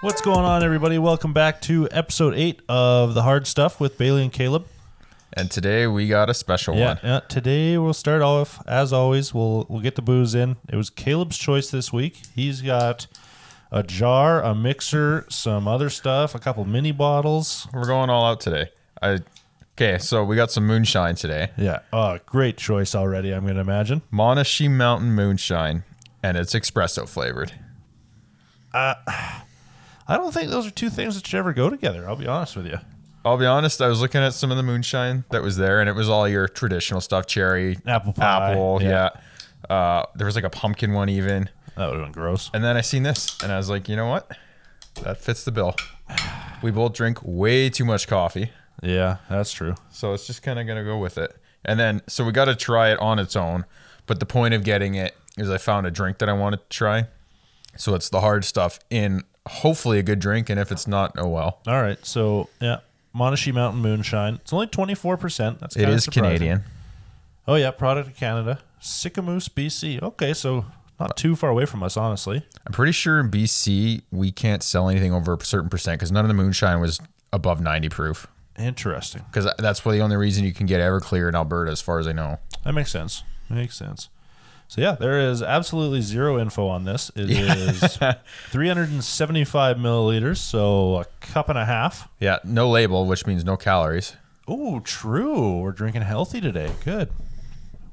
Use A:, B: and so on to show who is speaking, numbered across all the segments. A: What's going on, everybody? Welcome back to episode eight of the Hard Stuff with Bailey and Caleb.
B: And today we got a special
A: Yeah,
B: one.
A: yeah, Today we'll start off as always. We'll we'll get the booze in. It was Caleb's choice this week. He's got a jar, a mixer, some other stuff, a couple mini bottles.
B: We're going all out today. I okay, so we got some moonshine today.
A: Yeah. Oh, great choice already. I'm gonna imagine.
B: Monashi Mountain Moonshine, and it's espresso flavored.
A: I don't think those are two things that should ever go together. I'll be honest with you.
B: I'll be honest, I was looking at some of the moonshine that was there, and it was all your traditional stuff: cherry,
A: Apple pie,
B: apple.
A: Uh, yeah.
B: Yeah, Uh, there was like a pumpkin one even.
A: That would have been gross.
B: And then I seen this, and I was like, you know what? That fits the bill. We both drink way too much coffee,
A: Yeah, that's true.
B: so it's just kind of gonna go with it. And then, so we got to try it on its own. But the point of getting it is, I found a drink that I want to try. So it's the hard stuff in hopefully a good drink, and if it's not, oh well.
A: All right. So yeah, Monashi Mountain Moonshine. It's only twenty four percent. That's
B: It
A: kinda
B: is
A: surprising.
B: Canadian.
A: Oh yeah, product of Canada, Sycamoose, BC. Okay, so not too far away from us, honestly.
B: I'm pretty sure in BC we can't sell anything over a certain percent because none of the moonshine was above 90 proof.
A: Interesting.
B: Because that's the only reason you can get Everclear in Alberta, as far as I know.
A: That makes sense. Makes sense. So yeah, there is absolutely zero info on this. It is 375 milliliters, so a cup and a half.
B: Yeah, no label, which means no calories.
A: Oh, true. We're drinking healthy today. Good.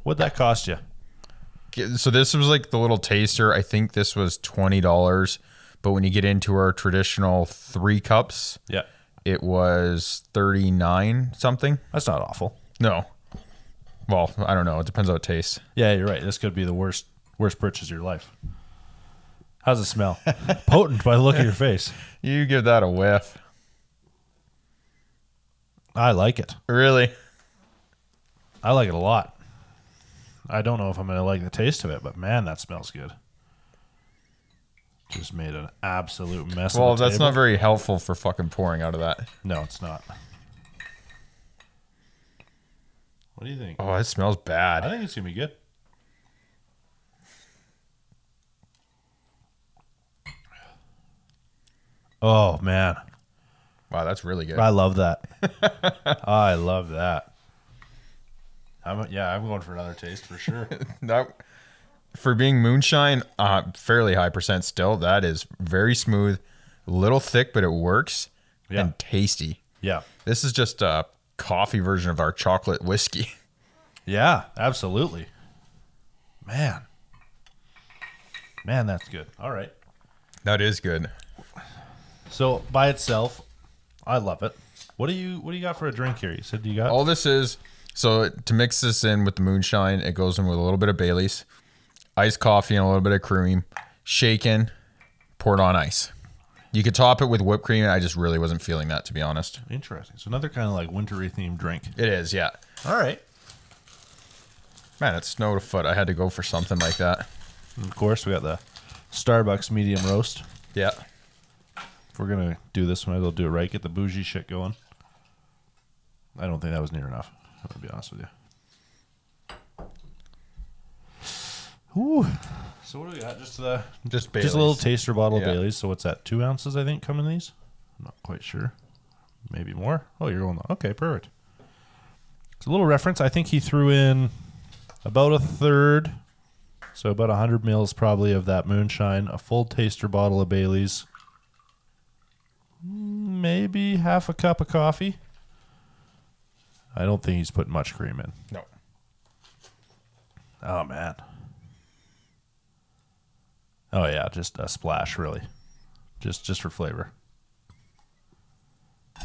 A: What'd that cost you?
B: So this was like the little taster. I think this was twenty dollars, but when you get into our traditional three cups,
A: Yeah,
B: it was thirty nine something.
A: that's not awful.
B: No, well, I don't know. It depends how it tastes.
A: Yeah, you're right. This could be the worst worst purchase of your life. How's it smell? Potent by the look of your face.
B: You give that a whiff,
A: I like it.
B: really?
A: I like it a lot. I don't know if I'm going to like the taste of it, but man, that smells good. Just made an absolute mess.
B: Well,
A: of the
B: that's
A: table.
B: not very helpful for fucking pouring out of that.
A: No, it's not. What do you think?
B: Oh, it smells
A: I
B: bad.
A: think it's gonna be good. Oh man,
B: Wow, that's really good.
A: I love that. I love that. I'm, yeah, I'm going for another taste for sure.
B: That for being moonshine, uh, fairly high percent still. That is very smooth, little thick, but it works
A: Yeah.
B: and tasty.
A: Yeah.
B: This is just a coffee version of our chocolate whiskey.
A: Yeah, absolutely. Man. Man, that's good. All right.
B: That is good.
A: So by itself, I love it. What do you what do you got for a drink here? You said you got
B: All this is so to mix this in with the moonshine, it goes in with a little bit of Bailey's, iced coffee, and a little bit of cream, shaken, poured on ice. You could top it with whipped cream. I just really wasn't feeling that, to be honest.
A: interesting. So another kind of like wintry themed drink.
B: It is, yeah.
A: All right.
B: Man, it snowed a foot. I had to go for something like that.
A: of course, we got the Starbucks medium roast.
B: Yeah.
A: If we're gonna do this, we might as well do it right. Get the bougie shit going. I don't think that was near enough. I'm gonna be honest with you. Ooh. So what do we got? Just the just
B: Just
A: a little
B: Bailey's.
A: taster bottle
B: Yeah.
A: of Bailey's. So what's that? Two ounces, I think, come in these. I'm not quite sure. Maybe more. Oh, you're going. Okay, perfect. It's a little reference. I think he threw in about a third, so about hundred mils probably of that moonshine, a full taster bottle of Bailey's, maybe half a cup of coffee. I don't think he's put much cream in.
B: No.
A: Oh man. Oh yeah, just a splash really. Just just for flavor.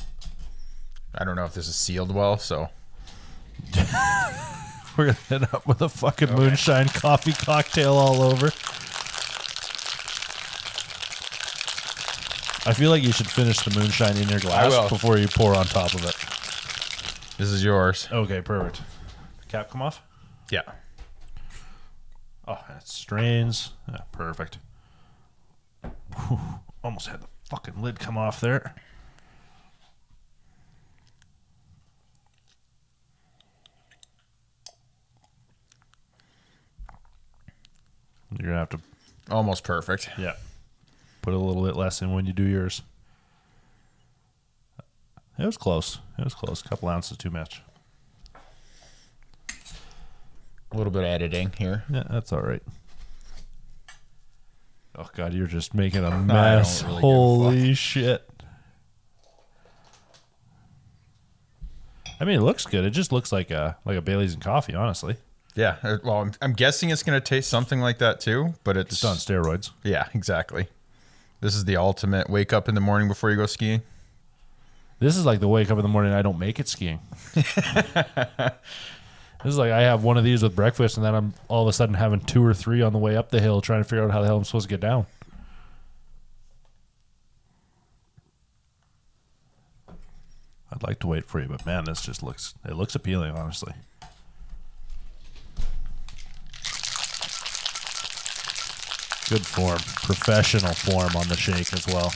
B: I don't know if this is sealed well, so
A: We're gonna end up with a fucking moonshine coffee cocktail all over. I feel like you should finish the moonshine in your
B: will.
A: glass before you pour on top of it.
B: this is yours.
A: Okay, perfect. Cap come off?
B: Yeah.
A: Oh, and it strains. Ah, perfect. Whew, almost had the fucking lid come off there. You're gonna have to,
B: Almost perfect.
A: yeah. Put a little bit less in when you do yours. It was close. It was close. A couple ounces too much.
B: A little bit of editing here.
A: Yeah, that's all right. Oh god, you're just making a
B: don't really
A: mess.
B: give a fuck.
A: Holy shit. I mean, it looks good. It just looks like a like a Bailey's and coffee, honestly.
B: Yeah. uh, Well, I'm, I'm guessing it's going to taste something like that too, but it's
A: Just on steroids.
B: Yeah, exactly. This is the ultimate wake up in the morning before you go skiing.
A: This is like the wake up in the morning. I don't make it skiing. this is like I have one of these with breakfast, and then I'm all of a sudden having two or three on the way up the hill, trying to figure out how the hell I'm supposed to get down. I'd like to wait for you, but man, this just looks it looks appealing, honestly. Good form, professional form on the shake as well.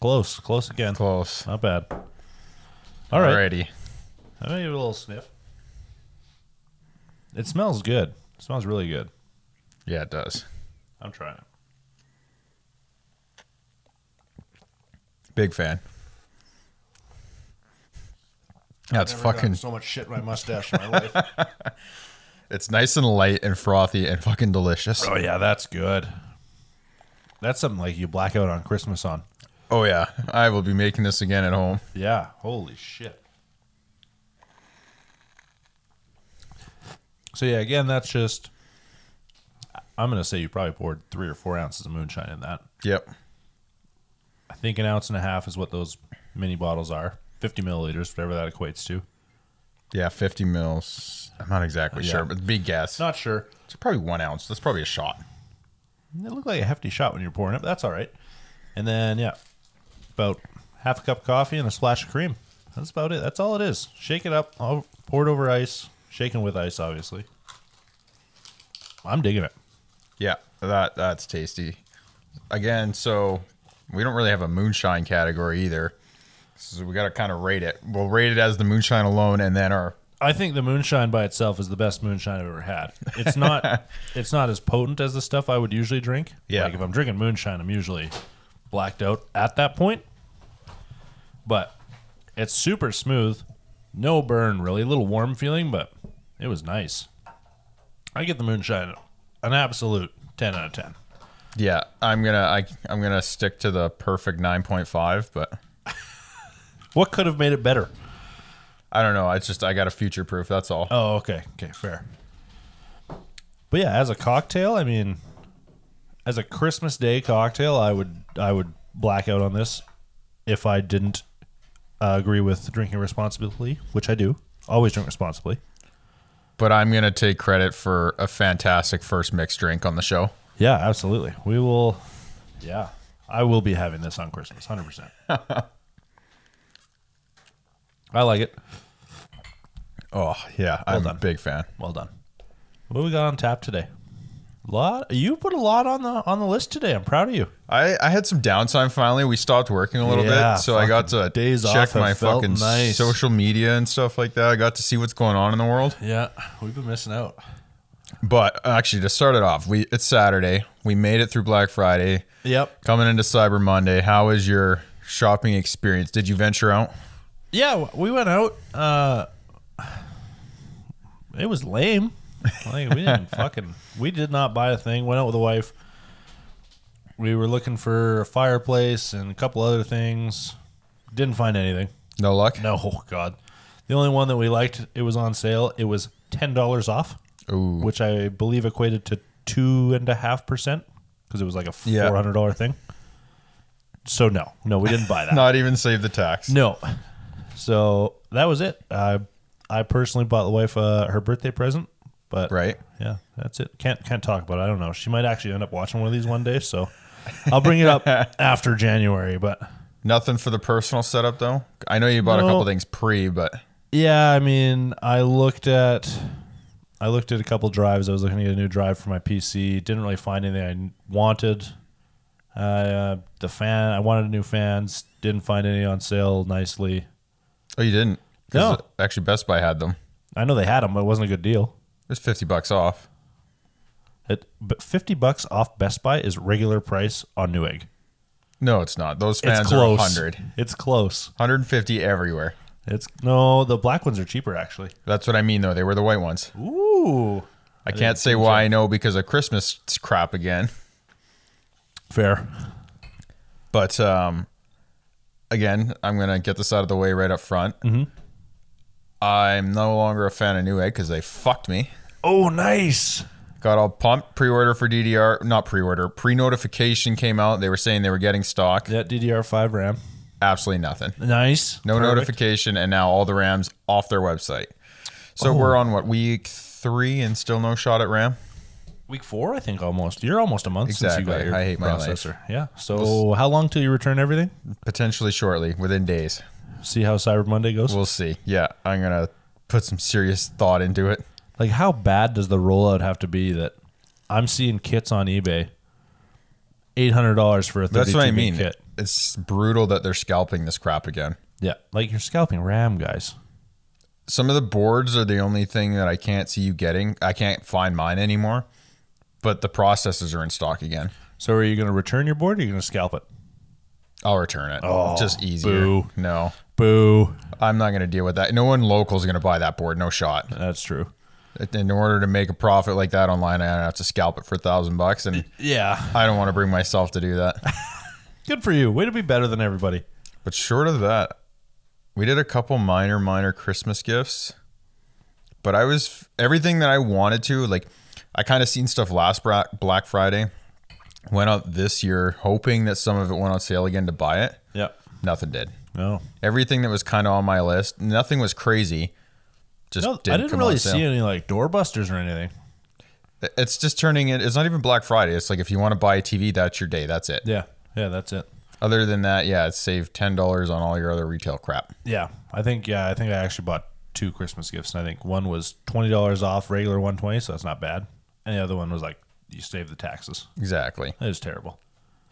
A: Close, close again.
B: Close.
A: Not bad. All right.
B: Alrighty.
A: I'm going to give it a little sniff. It smells good. It smells really good.
B: Yeah, it does.
A: I'm trying it.
B: Big fan. That's fucking.
A: so much shit in my mustache in my life.
B: It's nice and light and frothy and fucking delicious.
A: oh, yeah, that's good. That's something like you black out on Christmas on.
B: Oh yeah, I will be making this again at home.
A: Yeah, holy shit. So, yeah, again, that's just. I'm going to say you probably poured three or four ounces of moonshine in that.
B: Yep.
A: I think an ounce and a half is what those mini bottles are. 50 milliliters, whatever that equates to.
B: Yeah, 50 mils. I'm not exactly
A: Yeah.
B: sure, but big guess.
A: Not sure.
B: It's probably one ounce. That's probably a shot.
A: It looked like a hefty shot when you're pouring it, but that's all right. And then, yeah, about half a cup of coffee and a splash of cream. That's about it. That's all it is. Shake it up, all- pour it over ice, shaken with ice, obviously. I'm digging it.
B: Yeah, that that's tasty. Again, so we don't really have a moonshine category either. So we got to kind of rate it. We'll rate it as the moonshine alone, and then our
A: I think the moonshine by itself is the best moonshine I've ever had. It's not it's not as potent as the stuff I would usually drink.
B: Yeah.
A: Like if I'm drinking moonshine, I'm usually blacked out at that point. But it's super smooth. No burn really. A little warm feeling, but it was nice. I get the moonshine an absolute ten out of ten.
B: yeah. I'm gonna I, I'm gonna stick to the perfect 9.5, but
A: What could have made it better?
B: I don't know. It's just I got to future proof. That's all.
A: Oh, okay. Okay, fair. But yeah, as a cocktail, I mean, as a Christmas Day cocktail, I would I would black out on this if I didn't uh, agree with drinking responsibly, which I do. Always drink responsibly.
B: But I'm gonna take credit for a fantastic first mixed drink on the show.
A: Yeah, absolutely. We will. Yeah, I will be having this on Christmas, hundred percent. I like it.
B: Oh yeah, I'm a big fan.
A: Well done. What we got on tap today? Lot. You put a lot on the on the list today. I'm proud of you.
B: I, I had some downtime finally. We stopped working a little
A: Yeah,
B: bit, so I got to
A: days
B: check
A: off have
B: my
A: felt
B: fucking
A: nice.
B: social media and stuff like that. I got to see what's going on in the world.
A: Yeah, we've been missing out.
B: But actually, to start it off, we it's Saturday. We made it through Black Friday.
A: Yep.
B: Coming into Cyber Monday, how is your shopping experience? Did you venture out?
A: Yeah, w- we went out. Uh, it was lame. Like we didn't fucking. We did not buy a thing. Went out with the wife. We were looking for a fireplace and a couple other things. Didn't find anything.
B: No luck.
A: No, oh God. The only one that we liked, it was on sale. It was ten dollars off,
B: Ooh.
A: which I believe equated to two and a half percent because it was like a four
B: Yeah.
A: hundred dollar thing. So no, no, we didn't buy that.
B: Not even save the tax.
A: No. So that was it. I I personally bought the wife uh, her birthday present, but
B: Right.
A: yeah, that's it. Can't can't talk about. it. I don't know. She might actually end up watching one of these one day, so I'll bring it up after January. But
B: Nothing for the personal setup though. I know you bought
A: No.
B: a couple things pre, but
A: yeah, I mean, I looked at I looked at a couple drives. I was looking to get a new drive for my PC. Didn't really find anything I wanted. Uh, the fan, I wanted new fans. Didn't find any on sale nicely.
B: Oh, you didn't?
A: No.
B: 'Cause Actually, Best Buy had them.
A: I know they had them, but it wasn't a good deal.
B: It was 50 bucks off.
A: It, but fifty bucks off Best Buy is regular price on Newegg.
B: No, it's not. Those
A: It's
B: fans
A: close.
B: are 100.
A: It's close.
B: 150 everywhere.
A: It's no. The black ones are cheaper actually.
B: That's what I mean, though. They were the white ones.
A: Ooh,
B: I can't say why I know because of Christmas crap again.
A: fair.
B: But um, again, I'm going to get this out of the way right up front.
A: Mm-hmm.
B: I'm no longer a fan of Newegg because they fucked me.
A: Oh, nice.
B: Got all pumped. Pre order for DDR, not pre order, pre notification came out. They were saying they were getting stock.
A: Yeah, DDR5 RAM.
B: Absolutely nothing.
A: Nice.
B: No
A: Perfect.
B: notification, and now all the RAMs off their website.
A: Oh.
B: So we're on what week three, and still no shot at RAM.
A: Week four, I think almost. You're almost a month since you got
B: Exactly.
A: your
B: I hate my life.
A: processor. Yeah. So how long till you return everything?
B: Potentially shortly, within days.
A: See how Cyber Monday goes.
B: We'll see. Yeah, I'm gonna put some serious thought into it.
A: like, how bad does the rollout have to be that I'm seeing kits on eBay, eight hundred dollars for a
B: That's
A: thirty-two
B: what I
A: bit
B: mean.
A: kit.
B: It's brutal that they're scalping this crap again.
A: Yeah, like you're scalping RAM, guys.
B: Some of the boards are the only thing that I can't see you getting. I can't find mine anymore, but the processors are in stock again.
A: So are you going to return your board? or Are you going to scalp it?
B: I'll return it.
A: Oh,
B: Just easier.
A: boo.
B: No,
A: Boo.
B: I'm not gonna deal with that. No one local is gonna buy that board. No shot.
A: That's true.
B: in order to make a profit like that online, I have to scalp it for a thousand bucks, and
A: Yeah.
B: I don't want to bring myself to do that.
A: Good for you. Way to be better than everybody.
B: But short of that, we did a couple minor, minor Christmas gifts. But I was everything that I wanted to. Like, I kind of seen stuff last Bra- Black Friday, went out this year hoping that some of it went on sale again to buy it.
A: Yeah.
B: Nothing did.
A: No.
B: Everything that was kind of on my list, nothing was crazy. Just
A: No,
B: didn't
A: I didn't
B: come
A: really
B: on sale.
A: see any like doorbusters or anything.
B: It's just turning it. It's not even Black Friday. It's like if you want to buy a TV, that's your day. That's it.
A: Yeah. Yeah, that's it.
B: Other than that, yeah, it's save ten dollars on all your other retail crap.
A: Yeah, I think yeah, I think I actually bought two Christmas gifts, and I think one was twenty dollars off regular one twenty, so that's not bad. And the other one was like you save the taxes.
B: Exactly.
A: That is terrible.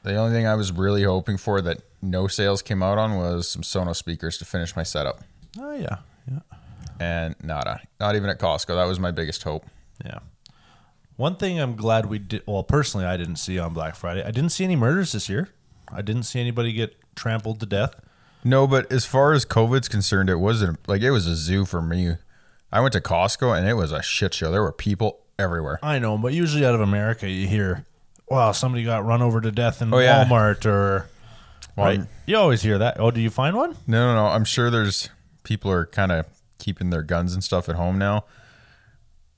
B: The only thing I was really hoping for that no sales came out on was some Sonos speakers to finish my setup,
A: Oh yeah, yeah,
B: and nada. Not even at Costco. That was my biggest hope.
A: yeah. One thing I'm glad we did. Well, personally, I didn't see on Black Friday. I didn't see any murders this year. I didn't see anybody get trampled to death.
B: No, but as far as COVID's concerned, it wasn't like it was a zoo for me. I went to Costco and it was a shit show. There were people everywhere.
A: I know, but usually out of America, you hear, "Wow, somebody got run over to death in
B: Oh, yeah.
A: Walmart," or
B: Well,
A: right. You always hear that. Oh, do you find one?
B: No, no, no. I'm sure there's people are kind of keeping their guns and stuff at home now.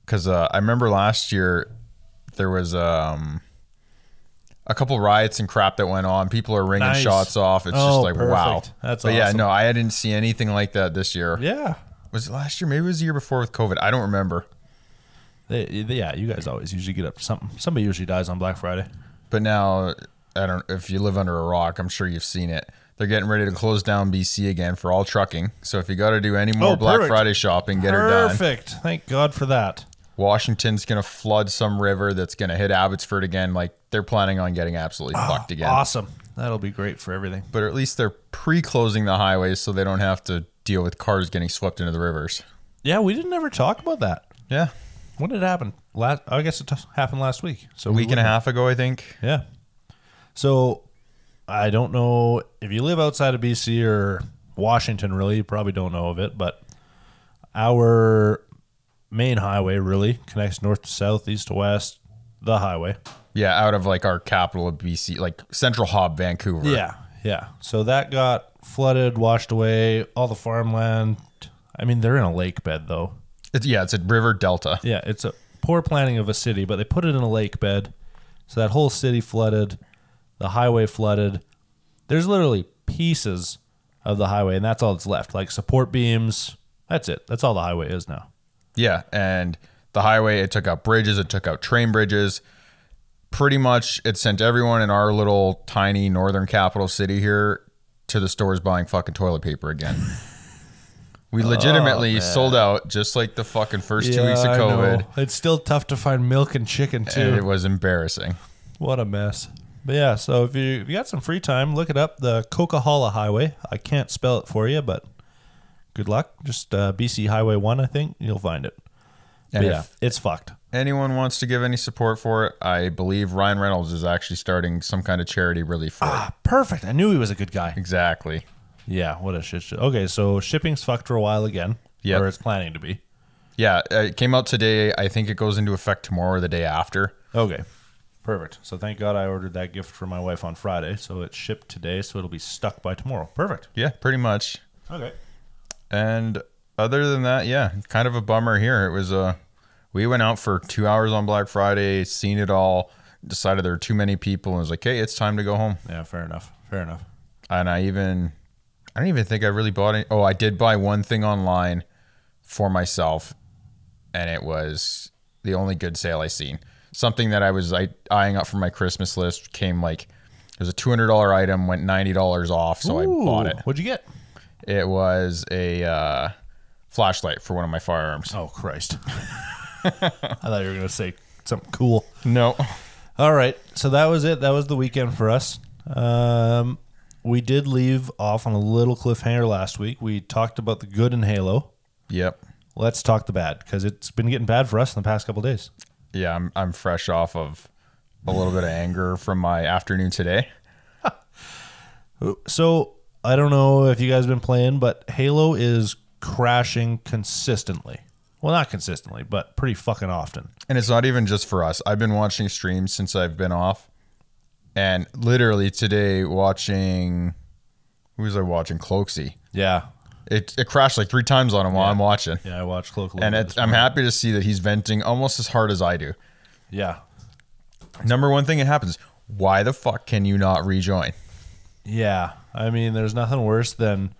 B: Because uh, I remember last year there was um, a couple riots and crap that went on. People are ringing
A: Nice.
B: shots off. It's
A: Oh,
B: just like wow.
A: perfect. That's
B: but yeah,
A: awesome.
B: no, I didn't see anything like that this year.
A: Yeah.
B: Was it last year? Maybe it was the year before with COVID. I don't remember.
A: They, they- yeah, you guys always usually get up to something. Somebody usually dies on Black Friday.
B: But now I don't. If you live under a rock, I'm sure you've seen it. They're getting ready to close down BC again for all trucking. So if you got to do any more
A: Oh,
B: Black
A: perfect.
B: Friday shopping, get her done.
A: Perfect. Thank God for that.
B: Washington's going to flood some river that's going to hit Abbotsford again. Like they're planning on getting absolutely fucked again.
A: Ah, Awesome. That'll be great for everything.
B: But at least they're pre-closing the highways so they don't have to deal with cars getting swept into the rivers.
A: Yeah, we didn't ever talk about that.
B: Yeah,
A: When did it happen? Last, I guess it t- happened last week. So
B: a
A: we
B: week and a
A: wouldn't-
B: half ago, I think.
A: Yeah. So I don't know if you live outside of BC or Washington, really, you probably don't know of it, but our main highway really connects north to south, east to west, the highway.
B: Yeah, out of like our capital of BC, like Central Hub, Vancouver.
A: Yeah, yeah. So that got flooded, washed away, all the farmland. I mean, they're in a lake bed though.
B: it's, yeah, it's a river delta.
A: Yeah, it's a poor planning of a city, but they put it in a lake bed. So that whole city flooded, the highway flooded. There's literally pieces of the highway, and that's all that's left. Like support beams. That's it. That's all the highway is now.
B: Yeah, and the highway it took out bridges, it took out train bridges. Pretty much, it sent everyone in our little tiny northern capital city here to the stores buying fucking toilet paper again. We
A: Oh,
B: legitimately sold out just like the fucking first two weeks of COVID,
A: It's still tough to find milk and chicken too.
B: and it was embarrassing.
A: what a mess. But yeah, so if you if you got some free time, look it up. The Coquihalla Highway. I can't spell it for you, but good luck. Just uh, BC Highway One, I think you'll find it. But
B: And
A: yeah,
B: if
A: it's fucked.
B: anyone wants to give any support for it, I believe Ryan Reynolds is actually starting some kind of charity relief for
A: Ah.
B: it.
A: Perfect. I knew he was a good guy.
B: Exactly.
A: Yeah. What a shit show. Okay, so shipping's fucked for a while again.
B: Yep.
A: Or it's planning to be.
B: Yeah, uh, it came out today. I think it goes into effect tomorrow or the day after.
A: Okay. Perfect. So thank God I ordered that gift for my wife on Friday, so it's shipped today, so it'll be stuck by tomorrow. Perfect.
B: Yeah, pretty much.
A: Okay.
B: And other than that, yeah, kind of a bummer here. It was uh we went out for two hours on Black Friday, seen it all, decided there were too many people, and was like, hey, it's time to go home.
A: Yeah. Fair enough. Fair enough.
B: And I even, I don't even think I really bought any. Oh, I did buy one thing online for myself, and it was the only good sale I seen. Something that I was I, eyeing up for my Christmas list came like it was a two hundred dollar item, went ninety dollars off, so I bought
A: Ooh,
B: it.
A: What'd you get?
B: It was a uh, flashlight for one of my firearms.
A: Oh Christ! I thought you were gonna say something cool.
B: No.
A: All right, so that was it. That was the weekend for us. Um, we did leave off on a little cliffhanger last week. We talked about the good in Halo.
B: Yep.
A: Let's talk the bad because it's been getting bad for us in the past couple days.
B: Yeah, I'm I'm fresh off of a little bit of anger from my afternoon today.
A: So I don't know if you guys have been playing, but Halo is crashing consistently. Well, not consistently, but pretty fucking often.
B: And it's not even just for us. I've been watching streams since I've been off. And literally today watching who was I watching? Cloaksy.
A: Yeah,
B: It it crashed like three times on him while I'm watching.
A: yeah. I watched Cloak.
B: And it's, I'm happy to see that he's venting almost as hard as I do.
A: yeah,
B: Number one thing that happens, why the fuck can you not rejoin?
A: Yeah. I mean, there's nothing worse than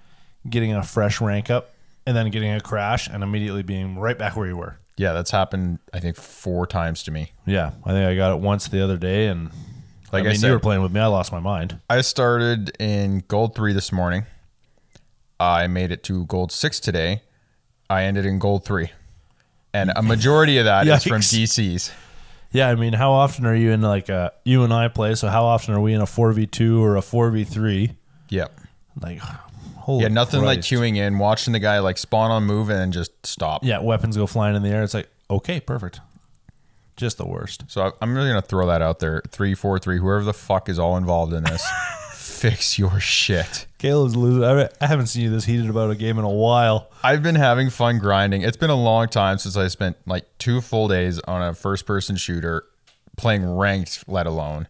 A: getting a fresh rank up and then getting a crash and immediately being right back where you were.
B: Yeah, that's happened I think four times to me.
A: Yeah. I think I got it once the other day and
B: Like I
A: I mean,
B: said-
A: you were playing with me. I lost my mind.
B: I started in gold three this morning. I made it to gold six today. I ended in gold three. And a majority of that is from
A: Yikes.
B: DCs.
A: Yeah. I mean, how often are you in like a you and I play? So how often are we in a 4v2 or a 4v3?
B: Yep.
A: Like, holy
B: Yeah, nothing like
A: Christ.
B: queuing in, watching the guy like spawn on move and then just stop.
A: Yeah. Weapons go flying in the air. It's like, okay, perfect. Just the worst.
B: So I- I'm really gonna throw that out there. Three, four, three, whoever the fuck is all involved in this, fix your shit.
A: Caleb's losing. I I haven't seen you this heated about a game in a while.
B: I've been having fun grinding. It's been a long time since I spent like two full days on a first person shooter playing ranked, let alone.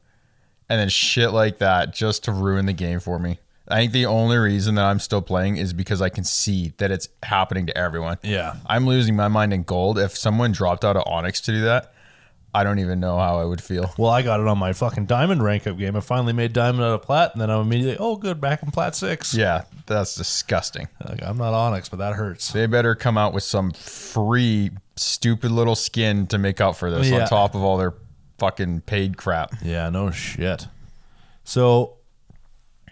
B: And then shit like that just to ruin the game for me. I think the only reason that I'm still playing is because I can see that it's happening to everyone.
A: Yeah.
B: I'm losing my mind in gold. If someone dropped out of Onyx to do that, I don't even know how I would feel.
A: Well, I got it on my fucking diamond rank up game. I finally made diamond out of plat, and then I'm immediately, oh, good, back in plat six.
B: Yeah, that's disgusting.
A: Like, I'm not Onyx, but that hurts.
B: They better come out with some free, stupid little skin to make up for this
A: Yeah.
B: on top of all their fucking paid crap.
A: Yeah, no shit. So,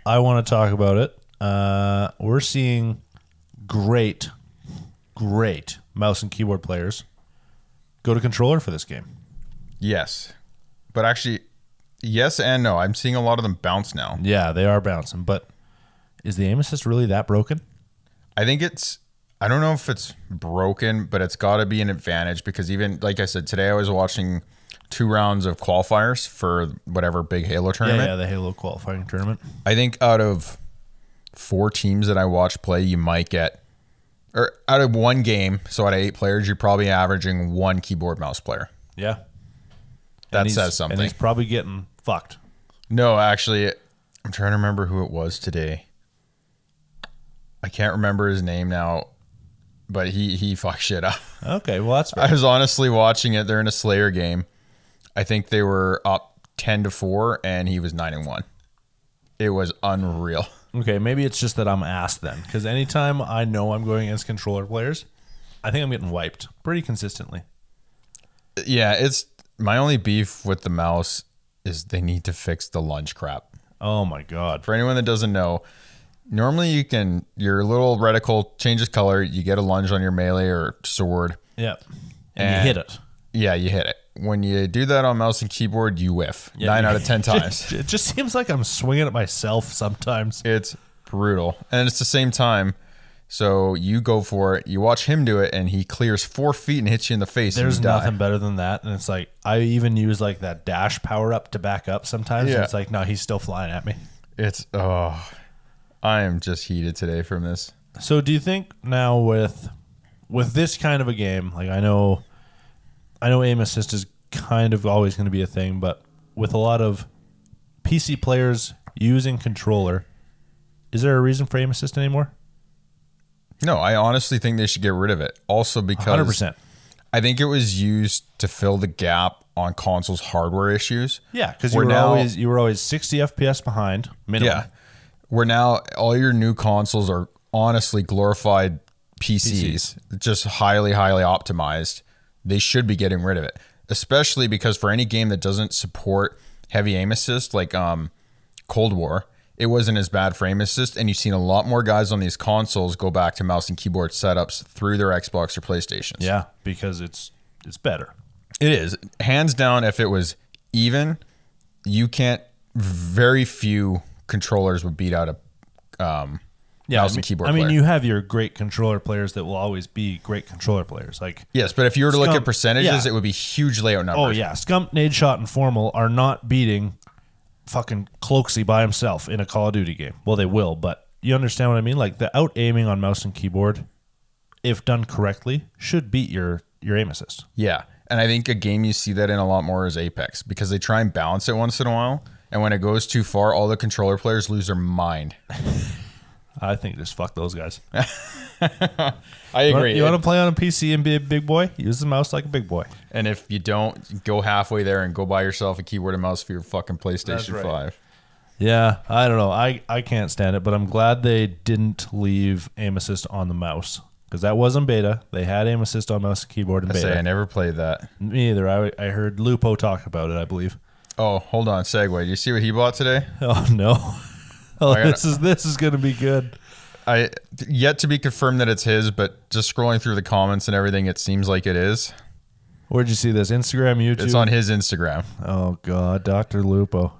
A: I want to talk about it. Uh, we're seeing great, great mouse and keyboard players go to controller for this game.
B: Yes. But actually, yes and no. I'm seeing a lot of them bounce now.
A: Yeah, they are bouncing, but is the aim assist really that broken?
B: I think it's, I don't know if it's broken, but it's got to be an advantage because even, like I said, today I was watching two rounds of qualifiers for whatever big Halo
A: Yeah,
B: tournament.
A: yeah, the Halo qualifying tournament.
B: I think out of four teams that I watch play, you might get, or out of one game, so out of eight players, you're probably averaging one keyboard mouse player.
A: Yeah.
B: That
A: And he's-
B: says something.
A: And he's probably getting fucked.
B: No, actually, I'm trying to remember who it was today. I can't remember his name now, but he he fucked shit up.
A: Okay, well, that's fair.
B: I was honestly watching it. They're in a Slayer game. I think they were up ten to four, and he was nine and one. It was unreal.
A: Okay, maybe it's just that I'm asked then, because anytime I know I'm going against controller players, I think I'm getting wiped pretty consistently.
B: Yeah, it's my only beef with the mouse is they need to fix the lunge crap.
A: Oh my god!
B: For anyone that doesn't know, normally you can your little reticle changes color, you get a lunge on your melee or sword.
A: Yeah, and,
B: And-
A: you hit it.
B: Yeah, you hit it. when you do that on mouse and keyboard, you whiff nine out of ten times.
A: It just seems like I'm swinging at myself sometimes.
B: It's brutal, and it's the same time. So you go for it. You watch him do it, and he clears four feet and hits you in the face.
A: There's
B: and you die.
A: nothing better than that. And it's like, I even use like that dash power up to back up sometimes.
B: Yeah.
A: And it's like, no, he's still flying at me.
B: It's oh, I am just heated today from this.
A: So do you think now with with this kind of a game, like I know I know aim assist is kind of always going to be a thing, but with a lot of PC players using controller, is there a reason for aim assist anymore?
B: No, I honestly think they should get rid of it. Also
A: Hundred
B: because
A: percent.
B: I think it was used to fill the gap on consoles' hardware issues.
A: Yeah, because you
B: We're
A: were
B: now-
A: always you were always sixty FPS behind minimum.
B: Yeah. Where now all your new consoles are honestly glorified PCs, just highly, highly optimized. They should be getting rid of it, especially because for any game that doesn't support heavy aim assist, like um, Cold War, it wasn't as bad for aim assist. And you've seen a lot more guys on these consoles go back to mouse and keyboard setups through their Xbox or PlayStations.
A: Yeah, because it's it's better.
B: It is hands down. If it was even, you can't. Very few controllers would beat out a um,
A: Yeah,
B: mouse
A: I mean,
B: and keyboard.
A: I mean,
B: player.
A: you have your great controller players that will always be great controller players. Like,
B: yes, but if you were to look
A: Scum-
B: at percentages,
A: yeah.
B: it would be hugely outnumbered.
A: oh yeah, Scump, Nade Shot, and Formal are not beating fucking Cloaksy by himself in a Call of Duty game. Well, they will, but you understand what I mean. Like the out aiming on mouse and keyboard, if done correctly, should beat your your aim assist.
B: yeah. And I think a game you see that in a lot more is Apex because they try and balance it once in a while, and when it goes too far, all the controller players lose their mind.
A: I think just fuck those guys.
B: I
A: You wanna-
B: agree.
A: You want to play on a PC and be a big boy? Use the mouse like a big boy.
B: and if you don't, go halfway there and go buy yourself a keyboard and mouse for your fucking PlayStation
A: right.
B: Five.
A: Yeah, I don't know. I, I can't stand it, but I'm glad they didn't leave aim assist on the mouse because that was in beta. They had aim assist on mouse and keyboard in
B: I say I
A: beta.
B: never played that.
A: Me either. I, I heard Lupo talk about it, I believe.
B: Oh, hold on, segue. Do you see what he bought today?
A: Oh no. Oh,
B: I gotta-
A: this is this is gonna be good.
B: I yet to be confirmed that it's his, but just scrolling through the comments and everything, it seems like it is.
A: Where'd you see this? Instagram, YouTube.
B: It's on his Instagram.
A: oh god, Doctor Lupo.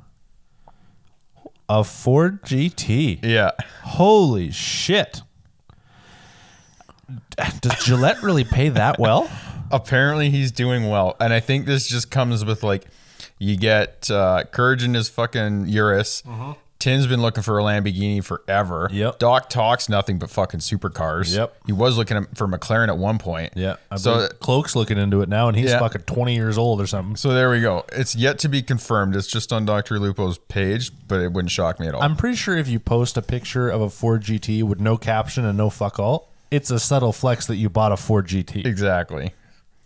A: A Ford GT.
B: Yeah,
A: Holy shit. Does Gillette really pay that well?
B: apparently he's doing well, and I think this just comes with like you get uh, Courage in his fucking Urus. Tim's been looking for a Lamborghini forever.
A: Mm-hmm. Yep.
B: Doc talks nothing but fucking supercars.
A: Yep.
B: He was looking for McLaren at one point.
A: Yeah. I so
B: so
A: Cloak's looking into it now, and he's
B: Yeah.
A: fucking twenty years old or something.
B: so there we go. It's yet to be confirmed. It's just on Dr. Lupo's page, but it wouldn't shock me at all.
A: I'm pretty sure if you post a picture of a Ford GT with no caption and no fuck all, it's a subtle flex that you bought a Ford GT.
B: exactly.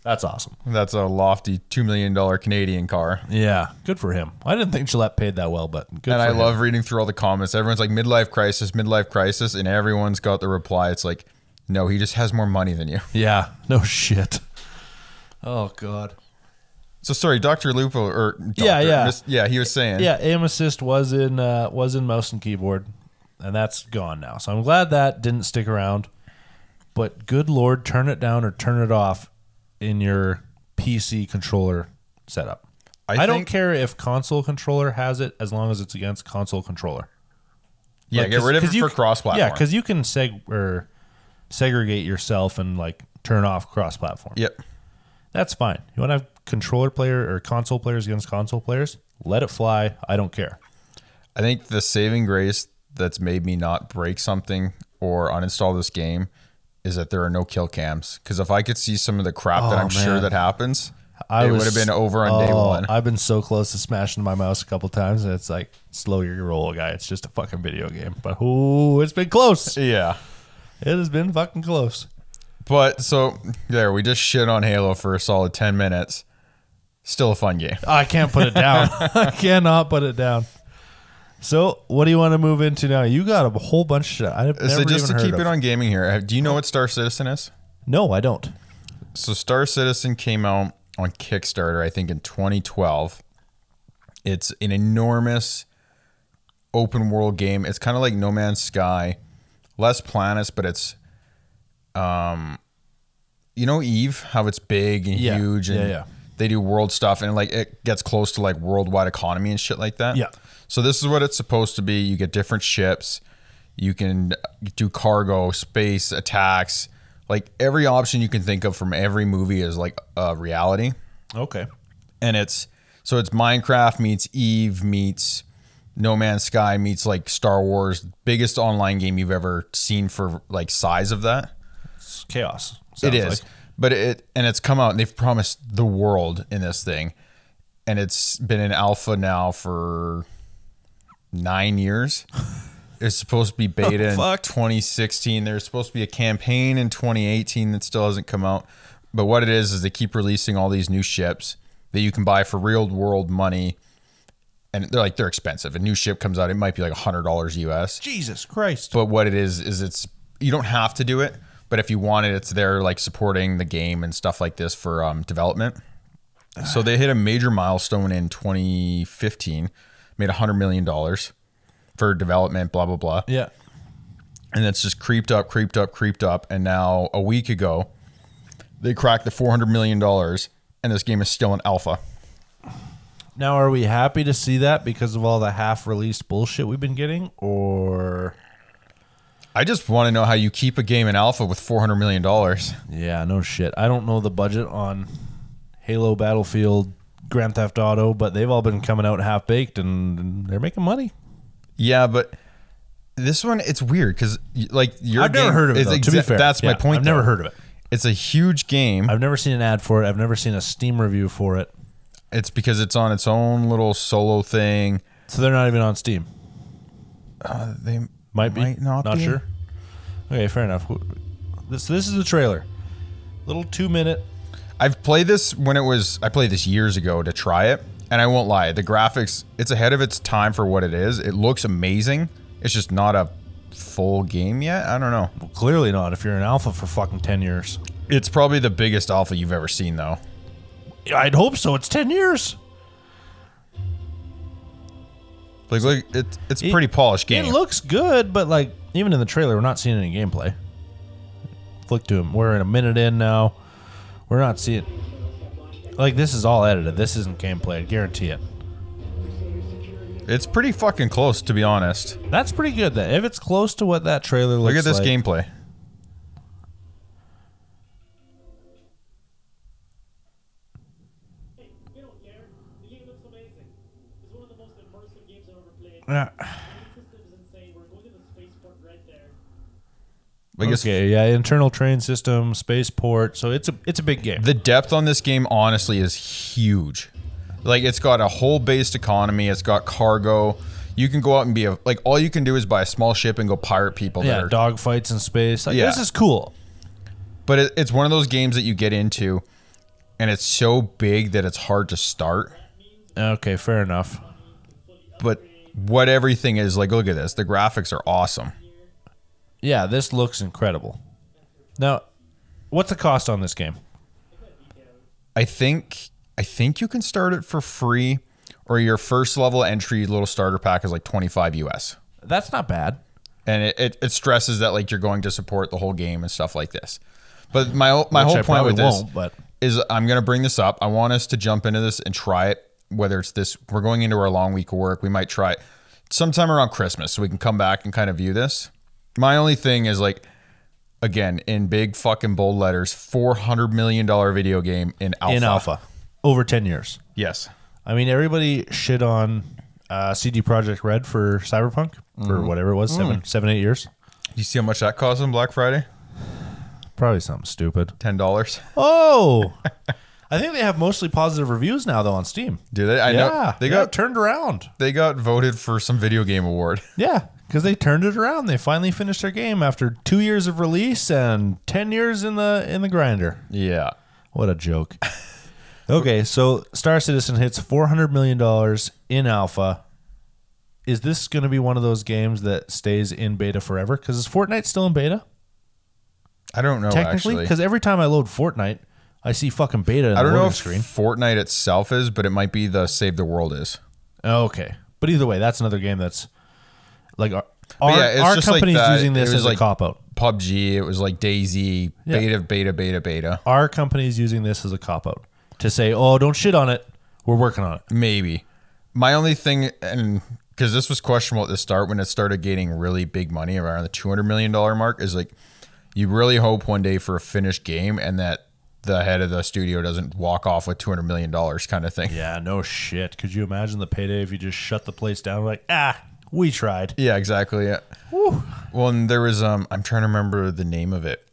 A: That's awesome.
B: That's a lofty $2 million Canadian car.
A: Yeah, good for him. I didn't think Gillette paid that well, but good.
B: and
A: for
B: I
A: him.
B: love reading through all the comments. Everyone's like, midlife crisis, midlife crisis. And everyone's got the reply. It's like, no, he just has more money than you.
A: Yeah, no shit. Oh god.
B: So sorry, Dr. Lupo, or Dr.
A: Yeah, yeah.
B: Mis- yeah, he was saying.
A: Yeah, aim assist was in uh, was in mouse and keyboard, and that's gone now. So I'm glad that didn't stick around. But good lord, turn it down or turn it off in your PC controller setup.
B: I
A: I, don't
B: think-
A: care if console controller has it as long as it's against console controller.
B: Yeah,
A: Like,
B: get
A: 'cause-
B: rid of
A: 'cause
B: it
A: you
B: for
A: c-
B: cross platform.
A: Yeah, because you can seg or segregate yourself and like turn off cross platform.
B: Yep.
A: That's fine. You want to have controller player or console players against console players? Let it fly. I don't care.
B: I think the saving grace that's made me not break something or uninstall this game is that there are no kill cams. Because if I could see some of the crap that
A: Oh,
B: I'm sure
A: man.
B: that happens,
A: I
B: it
A: was-
B: would have been over on day
A: Oh,
B: one.
A: I've been so close to smashing my mouse a couple times, and it's like, slow your roll, guy. It's just a fucking video game. But ooh, it's been close. It
B: yeah.
A: has been fucking close.
B: But so there, we just shit on Halo for a solid ten minutes. Still a fun game.
A: I can't put it down. I cannot put it down. So, what do you want to move into now? You got a whole bunch of shit. I've never
B: so just
A: even
B: to
A: heard
B: keep
A: of.
B: it on gaming here, have- do you know what Star Citizen is?
A: No, I don't.
B: So Star Citizen came out on Kickstarter, I think, in 2012. It's an enormous open world game. It's kind of like No Man's Sky, less planets, but it's, um, you know, Eve, how it's big and
A: Yeah.
B: huge, and
A: Yeah, yeah.
B: They do world stuff and like it gets close to like worldwide economy and shit like that.
A: Yeah.
B: So this is what it's supposed to be. You get different ships. You can do cargo, space, attacks. Like every option you can think of from every movie is like a reality
A: Okay.
B: and it's so it's Minecraft meets Eve meets No Man's Sky meets like Star Wars, biggest online game you've ever seen for like size of that.
A: It's chaos.
B: It
A: sounds
B: is,
A: like.
B: but it and it's come out and they've promised the world in this thing, and it's been in alpha now for nine years. It's supposed to be beta in
A: Fuck.
B: 2016. There's supposed to be a campaign in 2018 that still hasn't come out. But what it is is they keep releasing all these new ships that you can buy for real world money, and they're like they're expensive. A new ship comes out, it might be like hundred dollars US.
A: Jesus Christ.
B: But what it is is it's you don't have to do it, but if you want it, it's there like supporting the game and stuff like this for um, development. So they hit a major milestone in 2015, made 100 million dollars for development, blah blah blah,
A: yeah.
B: and it's just creeped up, creeped up, creeped up, and now a week ago, they cracked the 400 million dollars, and this game is still in alpha.
A: Now, are we happy to see that because of all the half-released bullshit we've been getting, or
B: I just want to know how you keep a game in alpha with 400 million dollars.
A: yeah, no shit. I don't know the budget on Halo, Battlefield, Grand Theft Auto, but they've all been coming out half baked and they're making money.
B: Yeah, but this one it's weird because like your
A: I've never
B: game
A: heard of it.
B: is
A: though, to be
B: exa-
A: fair,
B: that's my
A: Yeah,
B: point.
A: I've never
B: though.
A: heard of it.
B: It's a huge game.
A: I've never seen an ad for it. I've never seen a Steam review for it.
B: It's because it's on its own little solo thing.
A: So they're not even on Steam.
B: Uh, they
A: Might be.
B: Might not be.
A: sure. Okay, fair enough. Wh- This this is the trailer. Little two minute.
B: I've played this when it was I played this years ago to try it, and I won't lie, the graphics it's ahead of its time for what it is. It looks amazing. It's just not a full game yet. I don't know.
A: Well, clearly not. If you're an alpha for fucking ten years,
B: It's probably the biggest alpha you've ever seen though.
A: I'd hope so. It's ten years.
B: Like look, it's it's a
A: It-
B: pretty polished game.
A: It looks good, but like even in the trailer, we're not seeing any gameplay. Flick to him. We're in a minute in now. We're not seeing. Like this is all edited. This isn't gameplay. I guarantee it.
B: it's pretty fucking close to be honest.
A: That's pretty good. Then if it's close to what that trailer looks
B: Look at this
A: like-
B: gameplay.
C: Hey, we don't care. The game looks amazing. It's one of the most immersive games I've ever played.
A: Yeah.
C: The system's insane. We're going to the spaceport right there.
B: Like it's
A: okay, yeah, internal train system, spaceport. So it's a it's a big game.
B: the depth on this game honestly is huge like it's got a whole based economy it's got cargo you can go out and be a like all you can do is buy a small ship and go pirate people
A: yeah,
B: that are
A: dog fights in space. Like,
B: Yeah.
A: This is cool.
B: but it, it's one of those games that you get into and it's so big that it's hard to start
A: Okay, fair enough.
B: but what everything is like look at this the graphics are awesome
A: Yeah, this looks incredible. Now, what's the cost on this game?
B: i think i think you can start it for free or your first level entry little starter pack is like 25 us
A: That's not bad.
B: and it, it, it stresses that like you're going to support the whole game and stuff like this. But my my
A: Which
B: whole
A: I
B: point
A: probably
B: with this
A: won't, but-
B: is I'm gonna bring this up. I want us to jump into this and try it. Whether it's this, we're going into our long week of work. We might try it sometime around Christmas, so we can come back and kind of view this. My only thing is like, again, in big fucking bold letters, four hundred million dollar video game in alpha.
A: In alpha, over ten years.
B: yes.
A: I mean, everybody shit on uh, CD Project Red for Cyberpunk for whatever it was, seven, seven, eight years.
B: You see how much that cost on Black Friday?
A: Probably something stupid.
B: Ten dollars.
A: Oh, I think they have mostly positive reviews now though on Steam.
B: Do they? I know
A: yeah,
B: they
A: yeah,
B: got
A: turned around.
B: they got voted for some video game award.
A: Yeah, because they turned it around. They finally finished their game after two years of release and ten years in the in the grinder.
B: Yeah.
A: What a joke. okay, so Star Citizen hits four hundred million dollars in alpha. Is this going to be one of those games that stays in beta forever? Because is Fortnite still in beta
B: I don't know
A: technically?
B: Oh, actually.
A: Because every time I load Fortnite, I see fucking beta. In
B: I don't
A: the
B: know
A: loading
B: if
A: screen.
B: Fortnite itself is, but it might be the Save the World is.
A: Okay, but either way, that's another game that's like our,
B: yeah,
A: our,
B: it's
A: our
B: just like
A: company's
B: that.
A: using
B: It
A: this
B: was
A: as
B: like-
A: a cop out.
B: PUBG, it was like Daisy,
A: Yeah.
B: beta, beta, beta, beta.
A: Our company's using this as a cop out. to say, oh, don't shit on it. We're working on it.
B: Maybe. My only thing, and because this was questionable at the start when it started getting really big money around the $200 million mark, is like you really hope one day for a finished game and that the head of the studio doesn't walk off with $200 million kind of thing.
A: Yeah, no shit. Could you imagine the payday if you just shut the place down? Like, ah, we tried.
B: Yeah, exactly. Yeah. Well, and there was um I'm trying to remember the name of it.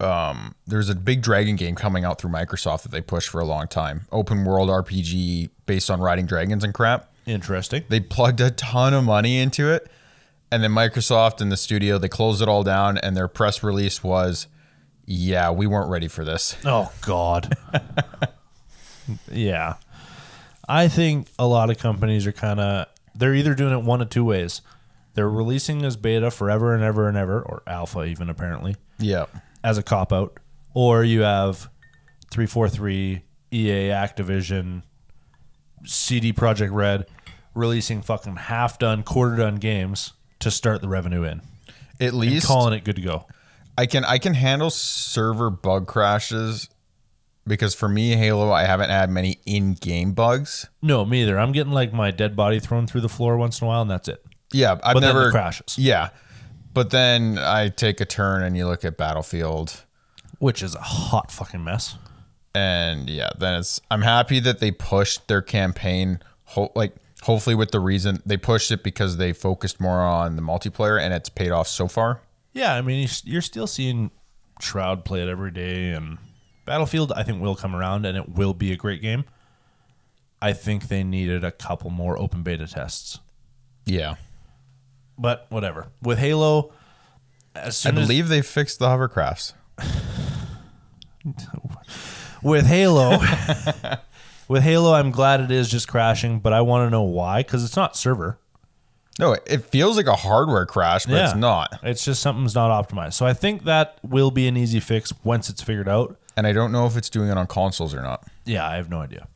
B: Um there was a big dragon game coming out through Microsoft that they pushed for a long time. Open world RPG based on riding dragons and crap.
A: Interesting.
B: They plugged a ton of money into it. And then Microsoft and the studio, they closed it all down and their press release was yeah, we weren't ready for this.
A: Oh God. yeah. I think a lot of companies are kind of they're either doing it one of two ways. They're releasing as beta forever and ever and ever, or alpha even apparently,
B: Yeah.
A: as a cop out, or you have three four three EA Activision CD Project Red releasing fucking half done, quarter done games to start the revenue in.
B: At least
A: Calling it good to go.
B: I can I can handle server bug crashes because for me Halo I haven't had many in-game bugs.
A: No, me either. I'm getting like my dead body thrown through the floor once in a while and that's it.
B: Yeah, I've
A: But then
B: never
A: it crashes.
B: Yeah, but then I take a turn and you look at Battlefield,
A: which is a hot fucking mess.
B: and yeah, then it's. I'm happy that they pushed their campaign, ho- like hopefully with the reason they pushed it because they focused more on the multiplayer and it's paid off so far.
A: Yeah, I mean, you're- you're still seeing Shroud play it every day, and Battlefield, I think, will come around and it will be a great game. I think they needed a couple more open beta tests,
B: Yeah,
A: but whatever. With Halo, as
B: I
A: soon as
B: believe they fixed the hovercrafts.
A: with Halo, with Halo, I'm glad it is just crashing, but I want to know why because it's not server.
B: No, it- it feels like a hardware crash, but it's not.
A: It's just something's not optimized. So I think that will be an easy fix once it's figured out.
B: And I don't know if it's doing it on consoles or not.
A: Yeah, I have no idea.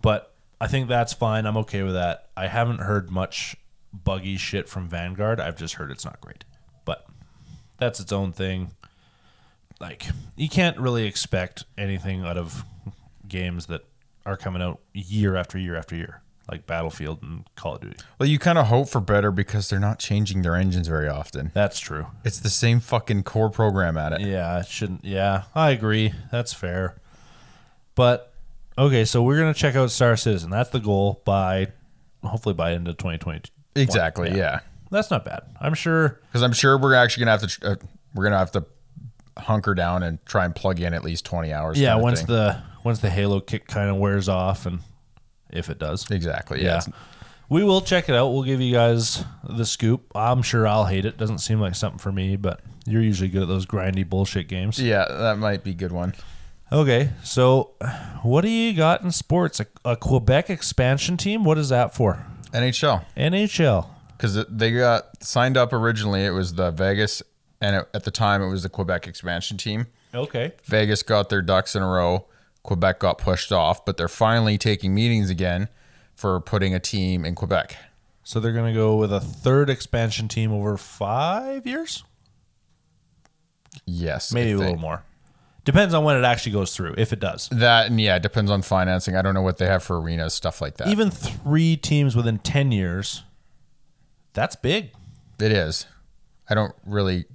A: But I think that's fine. I'm okay with that. I haven't heard much buggy shit from Vanguard. I've just heard it's not great. But that's its own thing. Like, you can't really expect anything out of games that are coming out year after year after year, like Battlefield and Call of Duty.
B: Well, you kind of hope for better because they're not changing their engines very often.
A: That's true.
B: It's the same fucking core program at it.
A: Yeah, it shouldn't. Yeah, I agree. That's fair. But okay, so we're gonna check out Star Citizen. That's the goal by hopefully by end of 2022.
B: Exactly. yeah.
A: That's not bad. I'm sure.
B: because I'm sure we're actually gonna have to tr- uh, we're gonna have to hunker down and try and plug in at least 20 hours.
A: Yeah,
B: kind of
A: once
B: thing.
A: the once the Halo kick kind of wears off, and if it does,
B: exactly yeah,
A: yeah,
B: It's-
A: we will check it out. We'll give you guys the scoop. I'm sure I'll hate it. Doesn't seem like something for me, but you're usually good at those grindy bullshit games.
B: yeah that might be a good one.
A: Okay, so what do you got in sports? A, a Quebec expansion team? What is that for?
B: NHL
A: NHL.
B: because they got signed up originally. It was the Vegas and it, at the time it was the Quebec expansion team.
A: Okay.
B: Vegas got their ducks in a row. Quebec got pushed off, but they're finally taking meetings again for putting a team in Quebec.
A: So they're going to go with a third expansion team over five years?
B: Yes, I
A: Maybe a
B: think.
A: little more. Depends on when it actually goes through, if it does.
B: That and yeah, it depends on financing. I don't know what they have for arenas, stuff like that.
A: Even three teams within 10 years, that's big.
B: It is. I don't really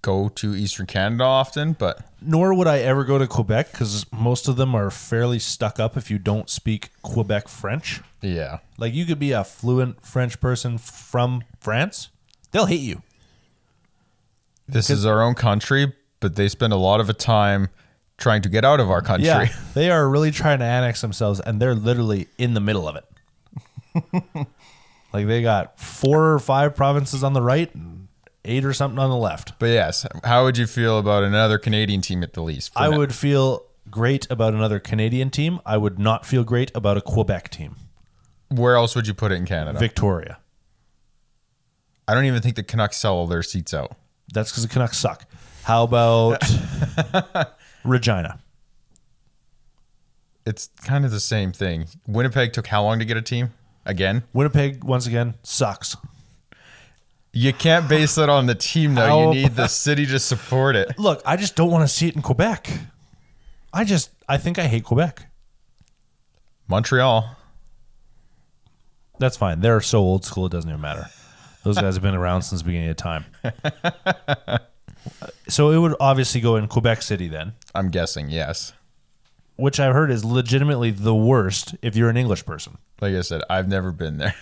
B: go to Eastern Canada often, but
A: Nor would I ever go to Quebec because most of them are fairly stuck up if you don't speak Quebec French.
B: yeah.
A: Like you could be a fluent French person from France, they'll hate you.
B: This is our own country, but they spend a lot of time trying to get out of our country.
A: Yeah, they are really trying to annex themselves, and they're literally in the middle of it. like they got four or five provinces on the right, and eight or something on the left.
B: But yes, how would you feel about another Canadian team at the least? for
A: I
B: now?
A: would feel great about another Canadian team. I would not feel great about a Quebec team.
B: Where else would you put it in Canada?
A: Victoria.
B: I don't even think the Canucks sell their seats out.
A: That's because the Canucks suck. How about Regina?
B: It's kind of the same thing. Winnipeg took how long to get a team? Again,
A: Winnipeg once again sucks.
B: you can't base it on the team though.
A: How
B: you need the city to support it.
A: Look, I just don't want to see it in Quebec. I just I think I hate Quebec.
B: Montreal.
A: That's fine. They're so old school, it doesn't even matter. Those guys have been around since the beginning of time. so it would obviously go in Quebec City then,
B: I'm guessing yes.
A: which I've heard is legitimately the worst if you're an English person.
B: Like I said, I've never been there.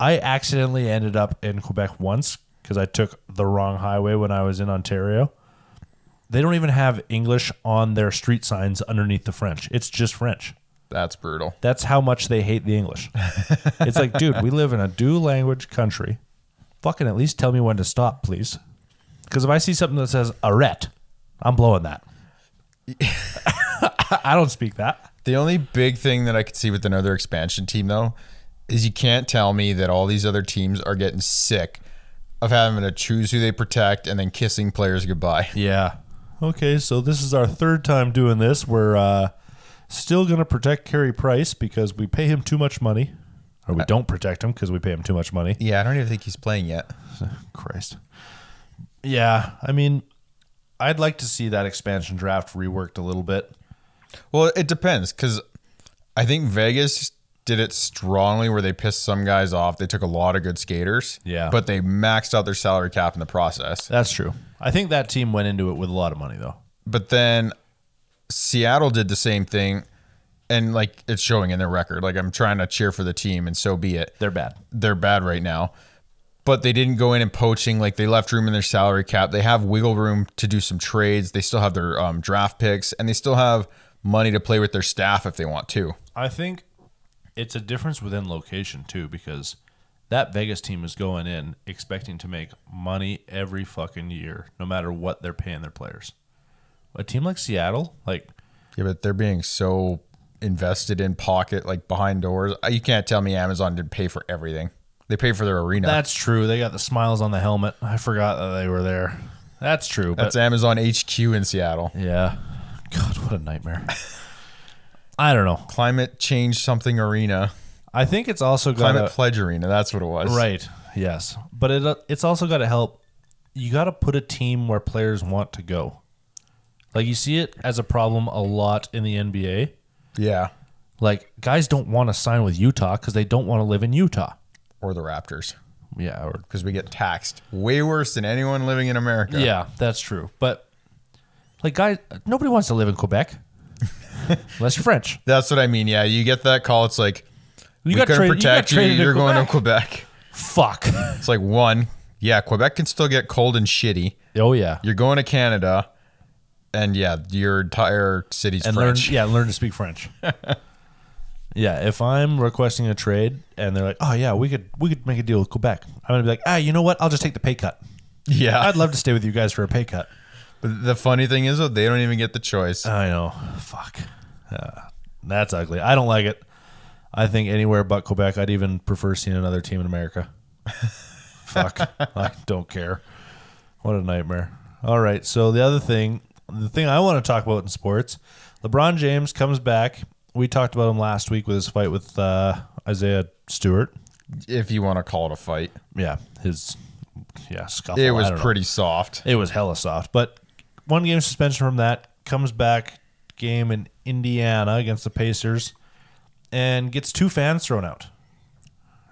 A: I accidentally ended up in Quebec once because I took the wrong highway when I was in Ontario. They don't even have English on their street signs underneath the French. It's just French.
B: That's brutal.
A: That's how much they hate the English. it's like, dude, we live in a dual language country. Fucking at least tell me when to stop, please. Because if I see something that says arrête, I'm blowing that. I don't speak that.
B: The only big thing that I could see with another expansion team though is you can't tell me that all these other teams are getting sick of having to choose who they protect and then kissing players goodbye.
A: Yeah. Okay, so this is our third time doing this. We're uh, still going to protect Carey Price because we pay him too much money. Or we don't protect him because we pay him too much money.
B: Yeah, I don't even think he's playing yet.
A: Christ. Yeah, I mean, I'd like to see that expansion draft reworked a little bit.
B: Well, it depends because I think Vegas did it strongly where they pissed some guys off. They took a lot of good skaters.
A: Yeah.
B: But they maxed out their salary cap in the process.
A: That's true. I think that team went into it with a lot of money, though.
B: But then Seattle did the same thing. And like it's showing in their record. Like I'm trying to cheer for the team and so be it.
A: They're bad.
B: They're bad right now. But they didn't go in and poaching. Like they left room in their salary cap. They have wiggle room to do some trades. They still have their um, draft picks and they still have money to play with their staff if they want to.
A: I think it's a difference within location, too, because that Vegas team is going in expecting to make money every fucking year, no matter what they're paying their players. A team like Seattle, like,
B: Yeah, but they're being so invested in pocket, like behind doors. Uh, You can't tell me Amazon didn't pay for everything. They pay for their arena. That's,
A: that's true. They got the smiles on the helmet. I forgot that they were there. That's true. But
B: Amazon HQ in Seattle.
A: yeah. God, what a nightmare. I don't know.
B: Climate change something arena.
A: I think it's also got
B: Climate pledge arena. That's what it was.
A: Right. Yes. But it uh, it's also got to help. You got to put a team where players want to go. Like you see it as a problem a lot in the NBA.
B: Yeah.
A: Like guys don't want to sign with Utah because they don't want to live in Utah.
B: Or the Raptors
A: Yeah. Or,
B: because we get taxed way worse than anyone living in America.
A: yeah, that's true. But like guys, nobody wants to live in Quebec unless you're French.
B: That's what I mean. Yeah. You get that call. It's like, we
A: got
B: couldn't
A: traded- you got
B: protect you.
A: traded to
B: You're going to
A: Quebec.
B: Quebec.
A: Fuck.
B: It's like, one, yeah, Quebec can still get cold and shitty.
A: oh yeah.
B: You're going to Canada. And yeah, your entire city's
A: and
B: French.
A: learn yeah learn to speak french yeah if i'm requesting a trade and they're like oh yeah we could we could make a deal with quebec i'm gonna be like ah you know what i'll just take the pay cut
B: Yeah.
A: i'd love to stay with you guys for a pay cut
B: But the funny thing is, though, they don't even get the choice.
A: i know fuck Uh, that's ugly i don't like it i think anywhere but quebec i'd even prefer seeing another team in america fuck i don't care what a nightmare all right so the other thing the thing i want to talk about in sports lebron james comes back we talked about him last week with his fight with uh, isaiah stewart
B: if you want to call it a fight,
A: yeah his yeah scuffle, Oh,
B: it
A: I
B: was
A: don't know.
B: pretty soft.
A: it was hella soft but one game suspension from that comes back game in indiana against the pacers and gets two fans thrown out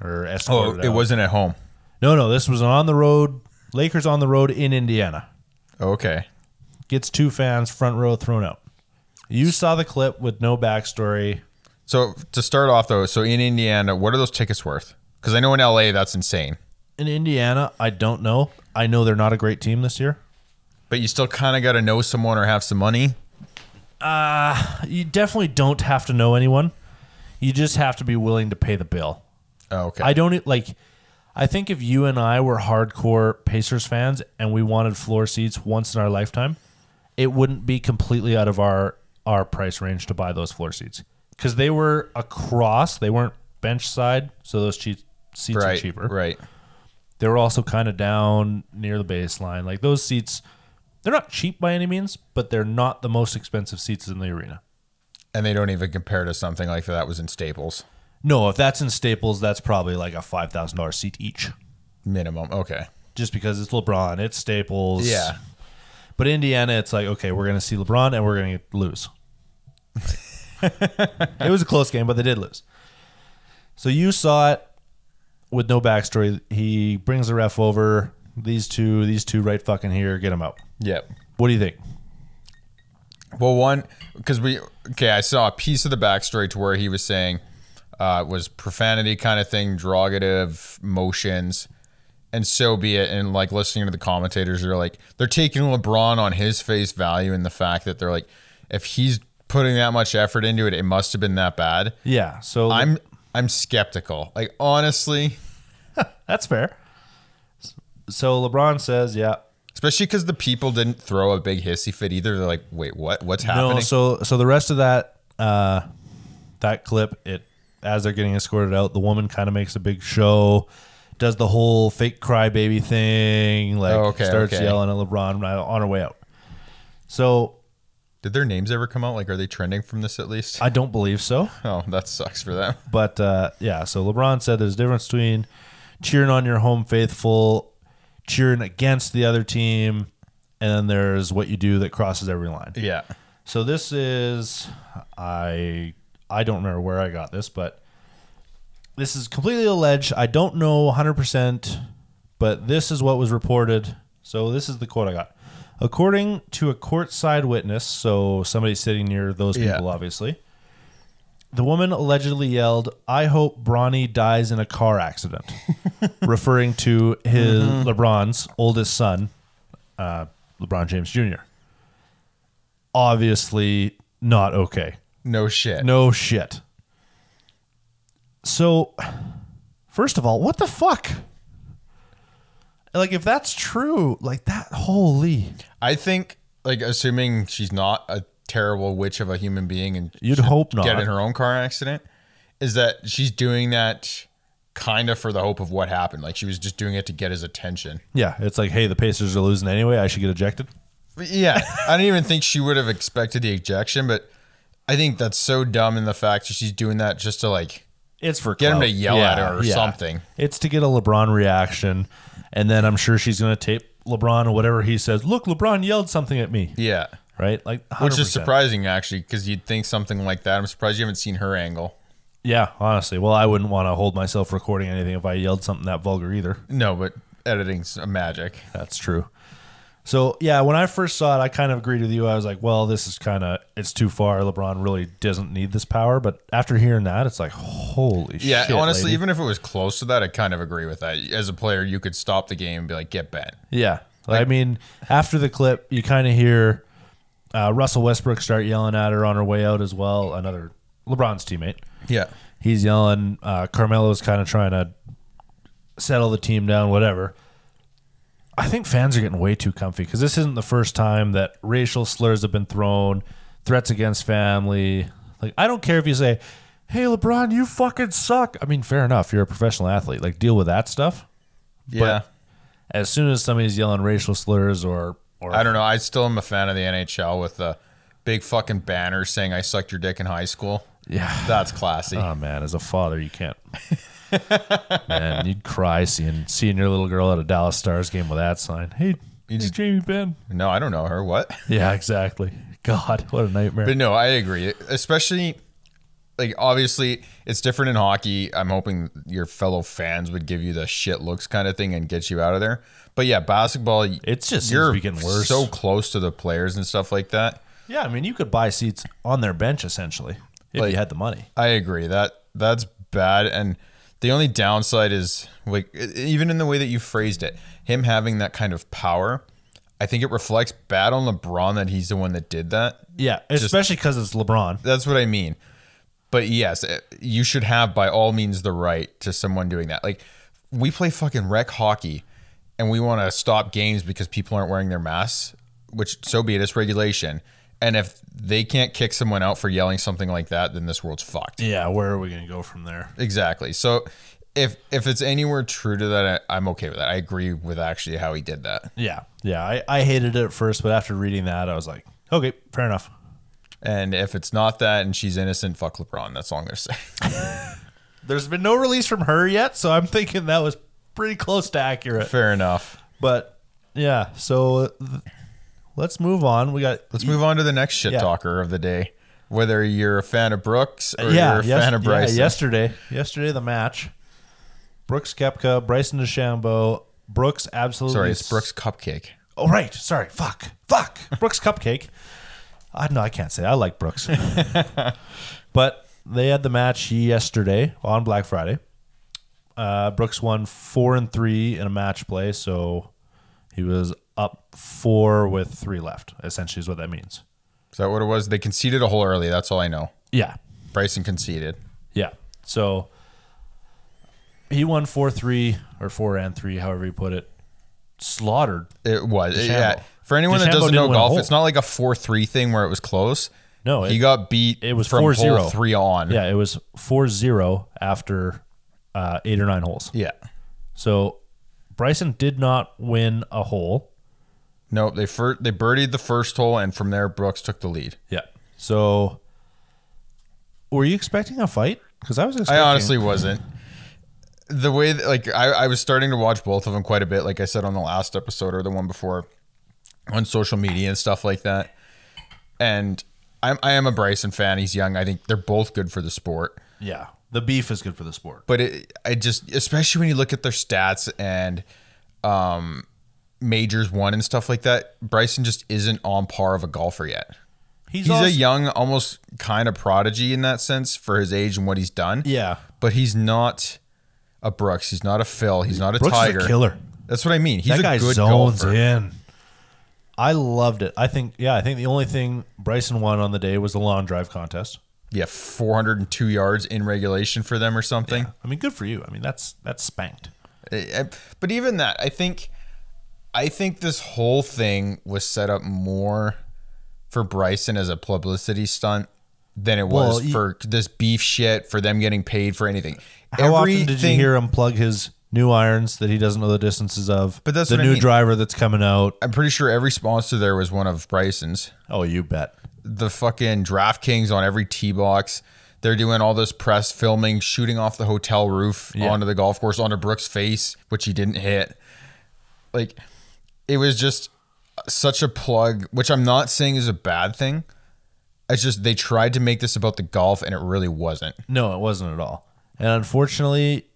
A: or
B: Oh,
A: escorted
B: it
A: out.
B: wasn't at home.
A: no no this was on the road lakers on the road in indiana
B: Okay.
A: gets two fans front row thrown out. You saw the clip with no backstory.
B: So to start off, though, so in Indiana, what are those tickets worth? Because I know in LA, that's insane.
A: In Indiana, I don't know. I know they're not a great team this year.
B: But you still kind of got to know someone or have some money.
A: You definitely don't have to know anyone. You just have to be willing to pay the bill.
B: Oh, okay.
A: I don't e, like I think if you and I were hardcore Pacers fans and we wanted floor seats once in our lifetime, it wouldn't be completely out of our our price range to buy those floor seats cuz they were across, they weren't bench side, so those cheap seats
B: right.
A: are cheaper.
B: Right.
A: They were also kind of down near the baseline. Like those seats, they're not cheap by any means, but they're not the most expensive seats in the arena.
B: And they don't even compare to something like that was in Staples
A: No, if that's in Staples, that's probably like a five thousand dollar seat each,
B: minimum. Okay.
A: just because it's LeBron, it's Staples.
B: Yeah.
A: but Indiana, it's like okay, we're gonna see LeBron and we're gonna lose. it was a close game, but they did lose. So you saw it with no backstory. He brings the ref over. These two, these two, right fucking here, get him out.
B: Yep.
A: What do you think?
B: Well, one because we okay, I saw a piece of the backstory to where he was saying uh, was profanity kind of thing, derogative motions, and so be it. And like listening to the commentators, they're like they're taking LeBron on his face value and the fact that they're like, if he's putting that much effort into it, it must have been that bad.
A: Yeah. So
B: I'm I'm skeptical. Like honestly,
A: that's fair. So LeBron says, "Yeah,
B: especially because the people didn't throw a big hissy fit either. They're like, wait, what? What's happening?
A: No, so so the rest of that uh, that clip, it as they're getting escorted out, the woman kind of makes a big show, does the whole fake crybaby thing, like
B: Oh, okay,
A: starts
B: okay.
A: yelling at LeBron right on her way out. So
B: Did their names ever come out? Like, are they trending from this at least?
A: I don't believe so,
B: oh, that sucks for them.
A: but uh, yeah. So LeBron said there's a difference between cheering on your home faithful, cheering against the other team, and then there's what you do that crosses every line.
B: Yeah.
A: So this is I I don't remember where I got this, but this is completely alleged. I don't know 100%, but this is what was reported. So this is the quote I got. According to a courtside witness, so somebody sitting near those people
B: Yeah.
A: obviously. The woman allegedly yelled, "I hope Bronny dies in a car accident," referring to his LeBron's oldest son, uh, LeBron James Jr obviously not okay.
B: No shit.
A: No shit. So, first of all, what the fuck? Like, if that's true, like that, holy.
B: I think, like, assuming she's not a terrible witch of a human being and
A: You'd
B: should
A: hope
B: get
A: not.
B: in her own car accident, is that she's doing that kind of for the hope of what happened. Like, she was just doing it to get his attention.
A: Yeah, it's like, hey, the Pacers are losing anyway. I should get ejected.
B: But yeah. I don't even think she would have expected the ejection, but I think that's so dumb in the fact that she's doing that just to, like,
A: It's for
B: Get him
A: clout.
B: to yell at her or something.
A: It's to get a LeBron reaction, and then I'm sure she's gonna tape LeBron or whatever he says. Look, LeBron yelled something at me,
B: yeah.
A: right? Like, 100%.
B: Which is surprising, actually, because you'd think something like that. I'm surprised you haven't seen her angle.
A: Yeah, honestly. Well, I wouldn't want to hold myself recording anything if I yelled something that vulgar either.
B: No, but editing's magic.
A: That's true. So yeah, when I first saw it, I kind of agreed with you. I was like, well, this is kind of it's too far. LeBron really doesn't need this power. But after hearing that, it's like, holy
B: Yeah,
A: shit.
B: honestly,
A: lady.
B: even if it was close to that, I kind of agree with that. As a player, you could stop the game and be like, get bent.
A: yeah. I mean, after the clip, you kind of hear uh, Russell Westbrook start yelling at her on her way out as well. Another LeBron's teammate.
B: Yeah.
A: He's yelling. Uh, Carmelo's kind of trying to settle the team down, whatever. I think fans are getting way too comfy because this isn't the first time that racial slurs have been thrown, threats against family. Like, I don't care if you say, hey, LeBron, you fucking suck. I mean, fair enough. You're a professional athlete. Like, deal with that stuff.
B: Yeah.
A: As soon as somebody's yelling racial slurs or, or
B: I don't know. I still am a fan of the NHL with the big fucking banner saying I sucked your dick in high school.
A: yeah.
B: That's classy.
A: Oh man, as a father, you can't. man, you'd cry seeing seeing your little girl at a Dallas Stars game with that sign. Hey, you
B: just-
A: Jamie Ben.
B: no, I don't know her. What?
A: Yeah, exactly. God, what a nightmare.
B: But no, I agree. Especially like obviously it's different in hockey. I'm hoping your fellow fans would give you the shit looks kind of thing and get you out of there. But yeah, basketball
A: It's just seems to
B: you're
A: be getting worse.
B: so close to the players and stuff like that.
A: yeah, I mean, you could buy seats on their bench essentially if
B: Like-
A: you had the money.
B: I agree that that's bad, and the only downside is like e- even in the way that you phrased it, him having that kind of power. I think it reflects bad on LeBron that he's the one that did that.
A: Yeah, especially because it's LeBron.
B: That's what I mean. But yes, eh, you should have by all means the right to someone doing that. Like we play fucking rec hockey, and we want to stop games because people aren't wearing their masks. Which so be it. It's regulation. And if they can't kick someone out for yelling something like that, then this world's fucked.
A: Yeah, where are we going to go from there?
B: Exactly. So if if it's anywhere true to that, I, I'm okay with that. I agree with actually how he did that.
A: Yeah, yeah. I, I hated it at first, but after reading that, I was like, okay, fair enough.
B: And if it's not that and she's innocent, fuck LeBron. That's all I'm gonna say.
A: There's been no release from her yet, so I'm thinking that was pretty close to accurate.
B: Fair enough.
A: But yeah, so th- let's move on. We got
B: Let's move on to the next shit
A: Yeah.
B: talker of the day. whether you're a fan of Brooks or
A: yeah,
B: you're a
A: yes-
B: fan of
A: yeah,
B: Bryson.
A: yesterday, yesterday the match. Brooks Kepka, Bryson DeChambeau, Brooks absolutely.
B: Sorry, it's Brooks Cupcake.
A: Oh right, sorry. Fuck, fuck. Brooks Cupcake. I no, I can't say. I like Brooks, but they had the match yesterday on Black Friday. Uh, Brooks won four and three in a match play, so he was up four with three left. Essentially, is what that means.
B: Is that what it was? They conceded a hole early. That's all I know.
A: Yeah,
B: Bryson conceded.
A: Yeah. So he won four three or four and three, however you put it. Slaughtered.
B: It was.
A: DeChambeau.
B: Yeah. For anyone
A: DeChambeau
B: that doesn't
A: didn't
B: know
A: win a
B: golf,
A: hole.
B: it's not like a 4 3 thing where it was close.
A: No,
B: he
A: it-
B: got beat
A: it was
B: from
A: 4-0.
B: hole 3 on.
A: Yeah, it was four zero after uh, eight or nine holes.
B: Yeah.
A: So Bryson did not win a hole.
B: No, they fir- they birdied the first hole, and from there, Brooks took the lead.
A: Yeah. So were you expecting a fight? Because I was
B: I
A: expecting.
B: honestly wasn't. The way that, like I, I was starting to watch both of them quite a bit, like I said on the last episode or the one before, on social media and stuff like that. And I'm I am a Bryson fan. He's young. I think they're both good for the sport.
A: Yeah. The beef is good for the sport.
B: But it, I just, especially when you look at their stats and um, majors one and stuff like that, Bryson just isn't on par of a golfer yet. He's,
A: also-
B: a young, almost kind of prodigy in that sense for his age and what he's done.
A: Yeah.
B: But he's not a Brooks. He's not a Phil. He's not a
A: Brooks
B: Tiger.
A: is a killer.
B: That's what I mean. He's
A: that
B: a
A: guy
B: good
A: zones
B: golfer.
A: in. I loved it. I think yeah, I think the only thing Bryson won on the day was the lawn drive contest.
B: Yeah, 402 yards in regulation for them or something.
A: I mean, good for you. I mean, that's that's spanked.
B: I- I- but even that i think i think this whole thing was set up more for bryson as a publicity stunt than it
A: Well,
B: was
A: you-
B: for this beef shit for them getting paid for anything
A: How often did you hear him plug his new irons that he doesn't know the distances of?
B: But that's
A: the
B: what I
A: new
B: mean.
A: driver that's coming out.
B: i'm pretty sure every sponsor there was one of bryson's
A: Oh, you bet.
B: the fucking draftkings on every tee box they're doing all this press filming shooting off the hotel roof
A: Yeah.
B: onto the golf course onto brooks face which he didn't hit like it was just such a plug, which I'm not saying is a bad thing. It's just they tried to make this about the golf and it really wasn't.
A: No, it wasn't at all. And unfortunately,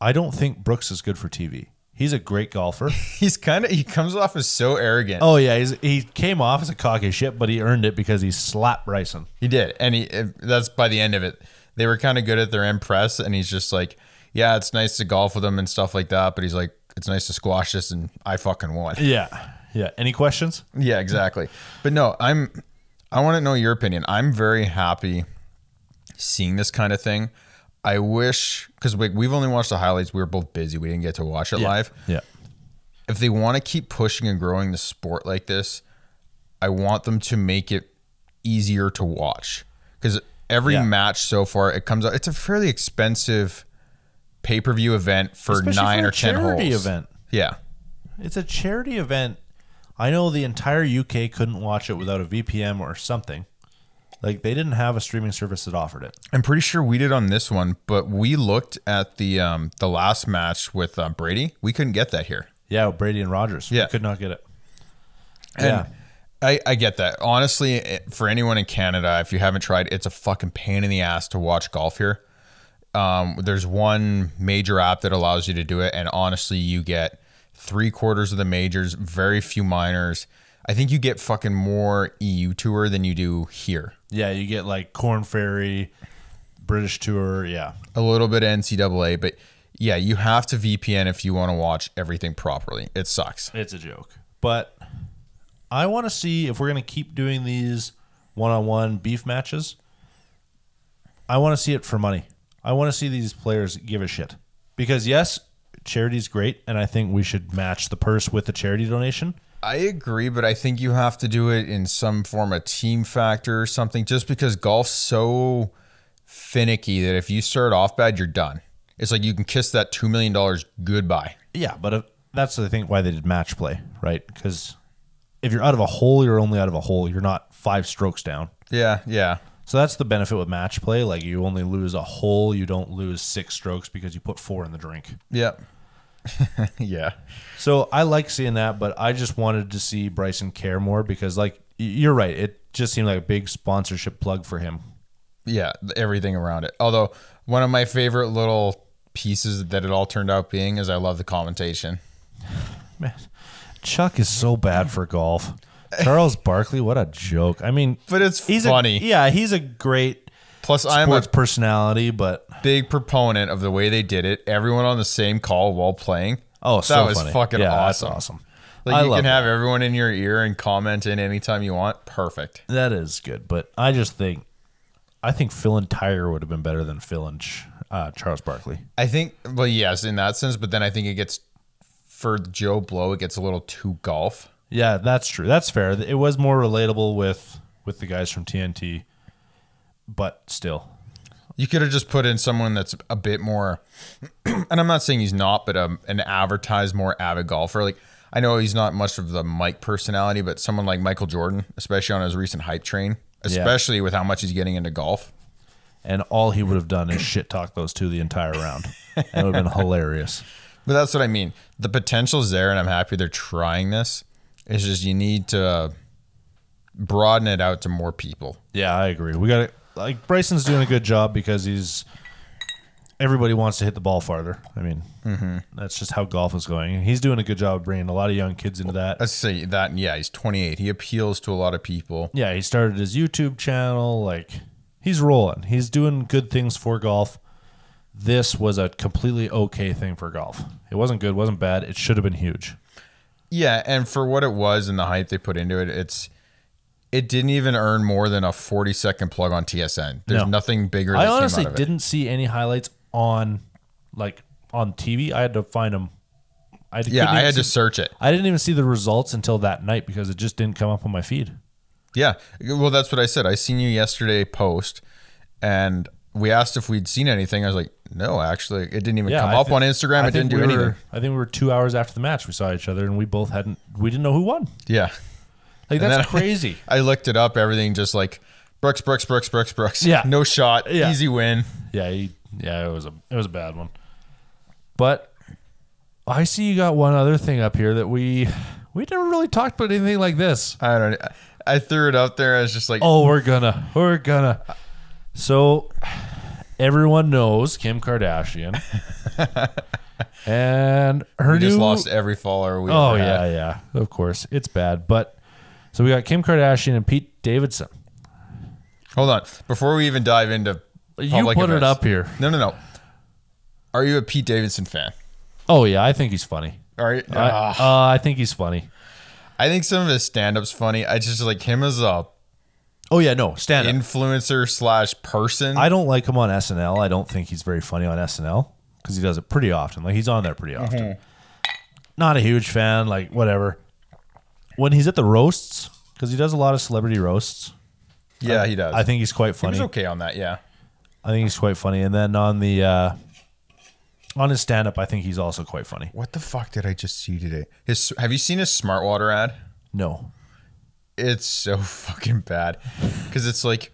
A: I don't think Brooks is good for TV. He's a great golfer.
B: He's kind of he comes off as so arrogant.
A: oh yeah, he's, he came off as a cocky shit, but he earned it because he slapped Bryson.
B: He did, and he it- that's by the end of it. They were kind of good at their end press, and he's just like, yeah, it's nice to golf with him and stuff like that, but he's like, it's nice to squash this, and I fucking won.
A: Yeah, yeah. Any questions?
B: Yeah, exactly. But no, I'm I want to know your opinion. I'm very happy seeing this kind of thing. I wish because we, we've only watched the highlights. We were both busy. We didn't get to watch it live.
A: Yeah.
B: If they want to keep pushing and growing the sport like this, I want them to make it easier to watch because every
A: Yeah.
B: match so far it comes out. It's a fairly expensive pay per view event for
A: Especially
B: nine
A: for
B: or
A: a
B: ten holes.
A: charity event.
B: Yeah,
A: It's a charity event. I know the entire UK couldn't watch it without a VPN or something. Like they didn't have a streaming service that offered it.
B: I'm pretty sure we did on this one, but we looked at the um, the last match with uh, Brady. We couldn't get that here.
A: Yeah, Brady and Rogers. We
B: Yeah.
A: could not get it.
B: And
A: yeah,
B: I, I get that. Honestly, it- for anyone in Canada, if you haven't tried, it's a fucking pain in the ass to watch golf here. Um, there's one major app that allows you to do it, and honestly, you get three quarters of the majors, very few minors. I think you get fucking more EU tour than you do here.
A: yeah. You get like Corn Ferry, British Tour. Yeah,
B: a little bit of NCAA, but yeah, you have to VPN if you want to watch everything properly. It sucks.
A: it's a joke. But I want to see if we're gonna keep doing these one-on-one beef matches. I want to see it for money. I want to see these players give a shit. Because yes, charity's great, and I think we should match the purse with the charity donation.
B: I agree, but I think you have to do it in some form of team factor or something just because golf's so finicky that if you start off bad, you're done. It's like you can kiss that $2 million goodbye.
A: Yeah, but if, that's I think why they did match play, right? Because if you're out of a hole, you're only out of a hole. You're not five strokes down.
B: Yeah, yeah.
A: So that's the benefit with match play. Like you only lose a hole, you don't lose six strokes because you put four in the drink.
B: Yep. yeah.
A: So I like seeing that, but I just wanted to see Bryson care more because, like you're right. It just seemed like a big sponsorship plug for him.
B: yeah, everything around it. Although one of my favorite little pieces that it all turned out being is I love the commentation.
A: Man, Chuck is so bad for golf. Charles Barkley, what a joke. I mean,
B: But it's
A: he's
B: funny.
A: A, yeah, he's a great
B: Plus, I'm a
A: sports personality, but
B: big proponent of the way they did it. Everyone on the same call while playing.
A: oh,
B: that
A: so
B: was
A: funny.
B: fucking
A: yeah,
B: awesome.
A: That's awesome.
B: Like
A: I
B: you
A: love
B: can have everyone in your ear and comment in anytime you want. Perfect.
A: That is good, but I just think, I think Phil and Tyre would have been better than Phil and Ch- uh, Charles Barkley.
B: I think. Well, yes, in that sense. But then I think it gets for Joe Blow. It gets a little too golf.
A: Yeah, that's true. That's fair. It was more relatable with with the guys from TNT, but still,
B: You could have just put in someone that's a bit more, and I'm not saying he's not, but um, an advertised more avid golfer. Like I know he's not much of the Mike personality, but someone like Michael Jordan, especially on his recent hype train, especially with how much he's getting into golf.
A: and all he would have done is shit talk those two the entire round. and it would have been hilarious.
B: But that's what I mean. The potential's there, and I'm happy they're trying this. It's just you need to broaden it out to more people.
A: Yeah, I agree. We got to like Bryson's doing a good job because he's everybody wants to hit the ball farther. I mean, that's just how golf is going. And he's doing a good job of bringing a lot of young kids into that.
B: Let's say that. and Yeah, he's 28. He appeals to a lot of people.
A: yeah, he started his YouTube channel. Like, he's rolling. He's doing good things for golf. This was a completely okay thing for golf. It wasn't good, wasn't bad. It should have been huge.
B: Yeah, and for what it was and the hype they put into it, it's it didn't even earn more than a 40 second plug on TSN. There's
A: No.
B: nothing bigger. That
A: I honestly
B: came out of It.
A: didn't see any highlights on like on TV. I had to find them. I couldn't
B: Yeah, I
A: even
B: had to
A: see-
B: search it.
A: I didn't even see the results until that night because it just didn't come up on my feed.
B: Yeah, well, that's what I said. I seen you yesterday post, and we asked if we'd seen anything. I was like, no, actually, it didn't even
A: Yeah,
B: come
A: I
B: up
A: thi-
B: on Instagram. it didn't
A: think
B: do
A: we were-
B: anything.
A: I think we were two hours after the match. We saw each other and we both hadn't. We didn't know who won.
B: Yeah,
A: Like
B: And
A: that's
B: then I-
A: crazy.
B: I looked it up. Everything just like Brooks, Brooks, Brooks, Brooks, Brooks.
A: Yeah.
B: no shot.
A: Yeah.
B: Easy win.
A: yeah, he, yeah, it was a it was a bad one. But I see you got one other thing up here that we we never really talked about anything like this.
B: I don't. I threw it up there. I was just like,
A: Oh, we're gonna, we're gonna. So everyone knows Kim Kardashian, and her
B: we
A: new.
B: just lost every follower we.
A: oh
B: ever had.
A: yeah, yeah. Of course, it's bad. But so we got Kim Kardashian and Pete Davidson.
B: Hold on. Before we even dive into
A: You
B: public
A: put it
B: events-
A: up here.
B: No, no, no. Are you a Pete Davidson fan?
A: Oh yeah, I think he's funny.
B: All right.
A: I,
B: Ah.
A: uh, I think he's funny.
B: I think some of his stand-up's funny. I just like him as a
A: Oh yeah, no stand up.
B: influencer slash person.
A: I don't like him on SNL. I don't think he's very funny on SNL because he does it pretty often. Like he's on there pretty often. Not a huge fan. Like whatever. When he's at the roasts, because he does a lot of celebrity roasts,
B: yeah, he does.
A: I think he's quite funny.
B: he's okay on that. Yeah.
A: I think he's quite funny. And then on the uh, on his stand up, I think he's also quite funny.
B: What the fuck did I just see today? His Have you seen his Smart Water ad?
A: No,
B: It's so fucking bad because it's like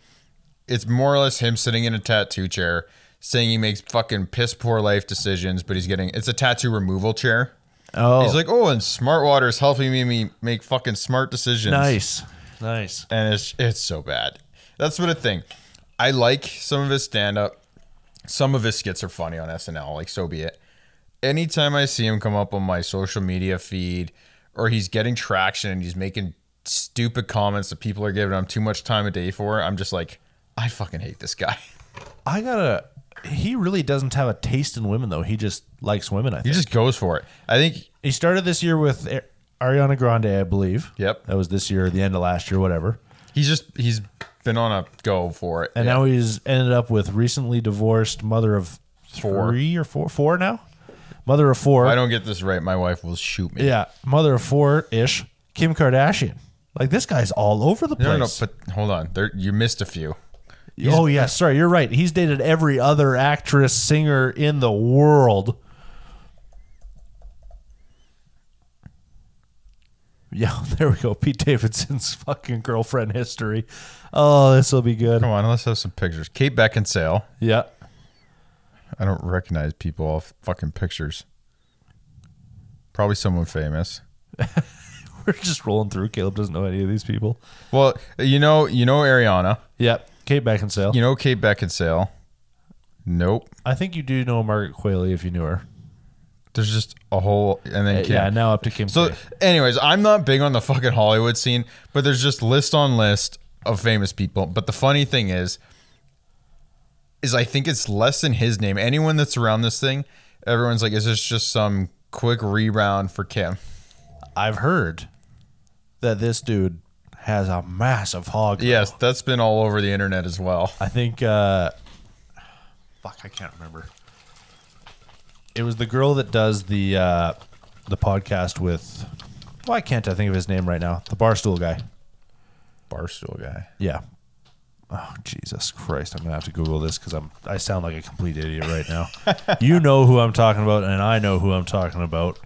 B: it's more or less him sitting in a tattoo chair saying he makes fucking piss poor life decisions, but he's getting it's a tattoo removal chair.
A: oh,
B: He's like, oh, and smart water is helping me- me make fucking smart decisions.
A: nice, nice.
B: And it's it's so bad. That's what a thing. I like some of his stand up. Some of his skits are funny on SNL, like so be it. Anytime I see him come up on my social media feed or he's getting traction and he's making stupid comments that people are giving him too much time a day for, I'm just like, I fucking hate this guy.
A: I gotta. He really doesn't have a taste in women though. He just likes women. I think.
B: He just goes for it. I think
A: He started this year with A- Ariana Grande, I believe.
B: Yep.
A: That was this year, the end of last year, whatever.
B: he's just he's been on a go for it.
A: And now he's ended up with recently divorced mother of
B: Four.
A: three or four, four now, mother of four.
B: If I don't get this right, my wife will shoot me.
A: yeah, mother of four ish. Kim Kardashian. Like this guy's all over the place.
B: No, no, no, but hold on. There, you missed a few.
A: oh yeah, sorry, you're right. He's dated every other actress, singer in the world. Yeah, there we go. Pete Davidson's fucking girlfriend history. Oh, this will be good.
B: Come on, let's have some pictures. Kate Beckinsale.
A: Yeah.
B: I don't recognize people off fucking pictures. Probably someone famous.
A: We're just rolling through. Caleb doesn't know any of these people.
B: Well, you know, you know Ariana,
A: Yep. Kate Beckinsale.
B: you know Kate Beckinsale. Nope.
A: I think you do know Margaret Qualley if you knew her.
B: There's just a whole and then Kim.
A: Uh, Yeah. Now up to Kim.
B: So,
A: K.
B: anyways, I'm not big on the fucking Hollywood scene, but there's just list on list of famous people. But the funny thing is, is I think it's less than his name. Anyone that's around this thing, everyone's like, is this just some quick rebound for Kim?
A: I've heard that this dude has a massive hog.
B: Yes, that's been all over the internet as well.
A: I think. Uh, fuck, I can't remember. It was the girl that does the uh, the podcast with. Why can't I think of his name right now? The barstool guy.
B: Barstool guy.
A: Yeah. Oh Jesus Christ! I'm gonna have to Google this because I'm I sound like a complete idiot right now. you know who I'm talking about, and I know who I'm talking about.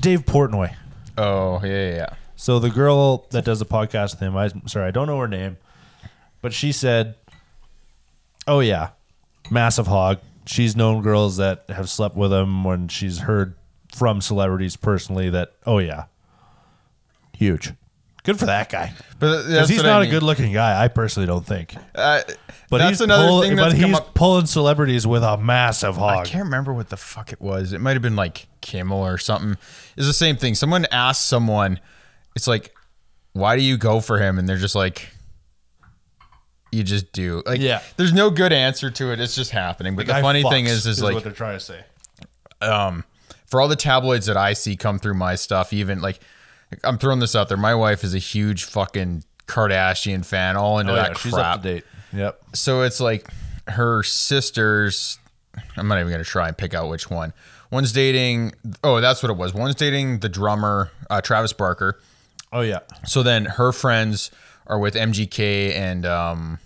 A: Dave Portnoy.
B: Oh yeah, yeah, yeah.
A: So the girl that does the podcast with him, I sorry, I don't know her name, but she said, "Oh yeah, massive hog." She's known girls that have slept with him when she's heard from celebrities personally that, "Oh yeah, huge." Good for that guy.
B: But
A: Because
B: that's
A: he's
B: what I
A: not
B: mean.
A: a good-looking guy, I personally don't think.
B: Uh,
A: But
B: that's
A: he's
B: another
A: pull-
B: thing
A: But
B: that's come
A: he's
B: up.
A: pulling celebrities with a massive
B: I
A: hog.
B: can't remember what the fuck it was. It might have been like Kimmel or something. It's the same thing. Someone asked someone, it's like, why do you go for him? And they're just like, you just do. Like,
A: Yeah.
B: There's no good answer to it. It's just happening. But the,
A: Guy
B: funny thing
A: fucks,
B: is, is,
A: what
B: like,
A: they're trying to say.
B: for all the tabloids that I see come through my stuff, even like, I'm throwing this out there. My wife is a huge fucking Kardashian fan, all into
A: Oh,
B: that
A: yeah,
B: crap
A: she's up to date. Yep.
B: so it's like her sisters i'm not even gonna try and pick out which one one's dating oh that's what it was one's dating the drummer uh, travis barker
A: Oh yeah,
B: so then her friends are with mgk and um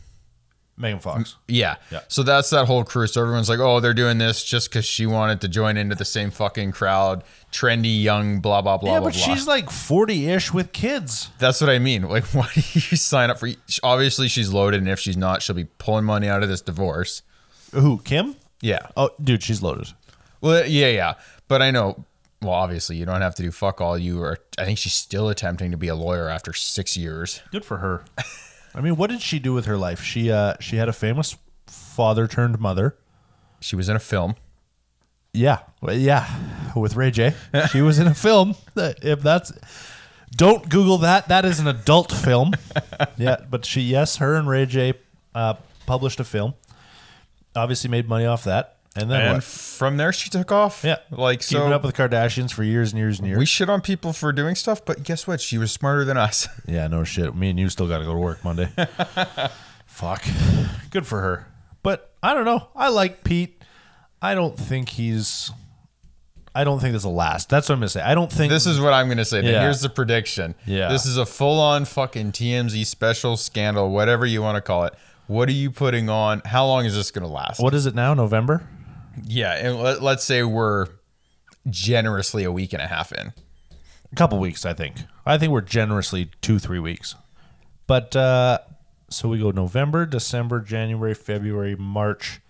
A: Megan Fox.
B: yeah.
A: Yeah.
B: so that's that whole crew so everyone's like oh they're doing this just because she wanted to join into the same fucking crowd trendy young blah blah blah
A: yeah,
B: blah
A: but
B: blah
A: she's like 40 ish with kids.
B: That's what I mean. Like, why do you sign up for? Obviously, she's loaded, and if she's not, she'll be pulling money out of this divorce.
A: Who, Kim?
B: Yeah.
A: Oh, dude, she's loaded.
B: Well, yeah, yeah, but I know. Well, obviously, you don't have to do fuck all. You are. I think she's still attempting to be a lawyer after six years.
A: Good for her. I mean, what did she do with her life? She uh she had a famous father turned mother.
B: She was in a film.
A: Yeah. Well, yeah. With Ray J. She was in a film. That- If that's Don't Google that. That is an adult film. yeah, but she yes, her and Ray J uh, published a film. Obviously made money off that. And then
B: And
A: what?
B: from there, she took off.
A: Yeah.
B: Like
A: keeping
B: so.
A: up with the Kardashians for years and years and years.
B: we shit on people for doing stuff, but guess what? She was smarter than us.
A: Yeah, no shit. Me and you still got to go to work Monday. Fuck. Good for her. But I don't know. I like Pete. I don't think he's. I don't think this will last. That's what I'm gonna say. I don't think
B: This is what I'm gonna say. Then
A: Yeah.
B: Here's the prediction.
A: Yeah.
B: This is a full-on fucking TMZ special scandal, whatever you want to call it. What are you putting on? How long is this gonna last?
A: What is it now? November.
B: Yeah, and let, let's say we're generously a week and a half in.
A: A couple weeks, I think. I think we're generously two, three weeks. But uh, so we go November, December, January, February, March.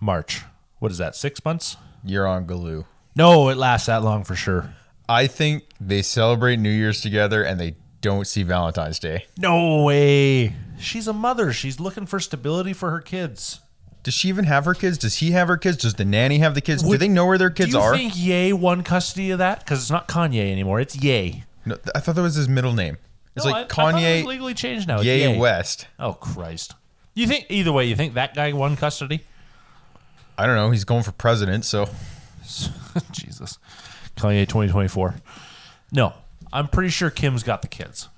A: March. What is that? Six months?
B: You're on Galoo.
A: No, it lasts that long for sure.
B: I think they celebrate New Year's together and they don't see Valentine's Day.
A: No way. She's a mother. She's looking for stability for her kids.
B: Does she even have her kids? Does he have her kids? Does the nanny have the kids? Do
A: Would-
B: they know where their kids
A: Do you
B: are?
A: think Ye won custody of that? Because it's not Kanye anymore. It's Ye.
B: No, th- I thought that was his middle name. It's
A: No, I- I
B: like
A: thought it was
B: Kanye
A: legally changed now. It's
B: Ye
A: Ye
B: West.
A: Oh Christ. You think either way? You think that guy won custody?
B: I don't know. He's going for president, so
A: Jesus. Kanye 2024. No, I'm pretty sure Kim's got the kids.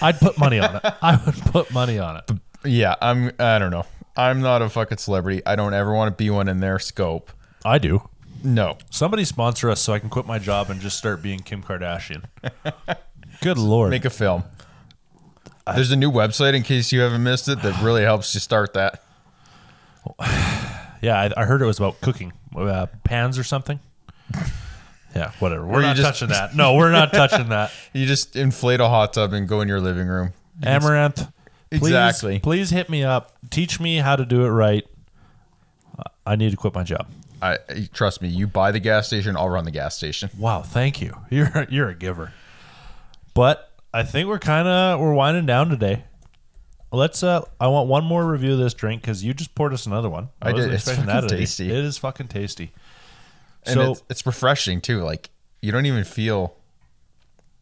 A: I'd put money on it. I would put money on it.
B: yeah. I'm. I don't know. I'm not a fucking celebrity. I don't ever want to be one in their scope.
A: I do.
B: No.
A: Somebody sponsor us so I can quit my job and just start being Kim Kardashian. Good lord.
B: Make a film. There's a new website in case you haven't missed it that really helps you start that.
A: Yeah, I, I heard it was about cooking uh, pans or something. Yeah, whatever. We're
B: you
A: not
B: just-
A: touching that. No, we're not touching that.
B: You just inflate a hot tub and go in your living room.
A: Amaranth, please,
B: Exactly.
A: Please hit me up. Teach me how to do it right. I- I need to quit my job.
B: I trust me. You buy the gas station, I'll run the gas station.
A: Wow, thank you. You're you're a giver. But I think we're kind of we're winding down today. Let's. uh I want one more review of this drink because you just poured us another one.
B: I
A: wasn't
B: did. It's
A: expecting
B: fucking
A: out of you.
B: tasty.
A: It is fucking tasty.
B: And
A: so
B: it's, it's refreshing too. Like you don't even feel.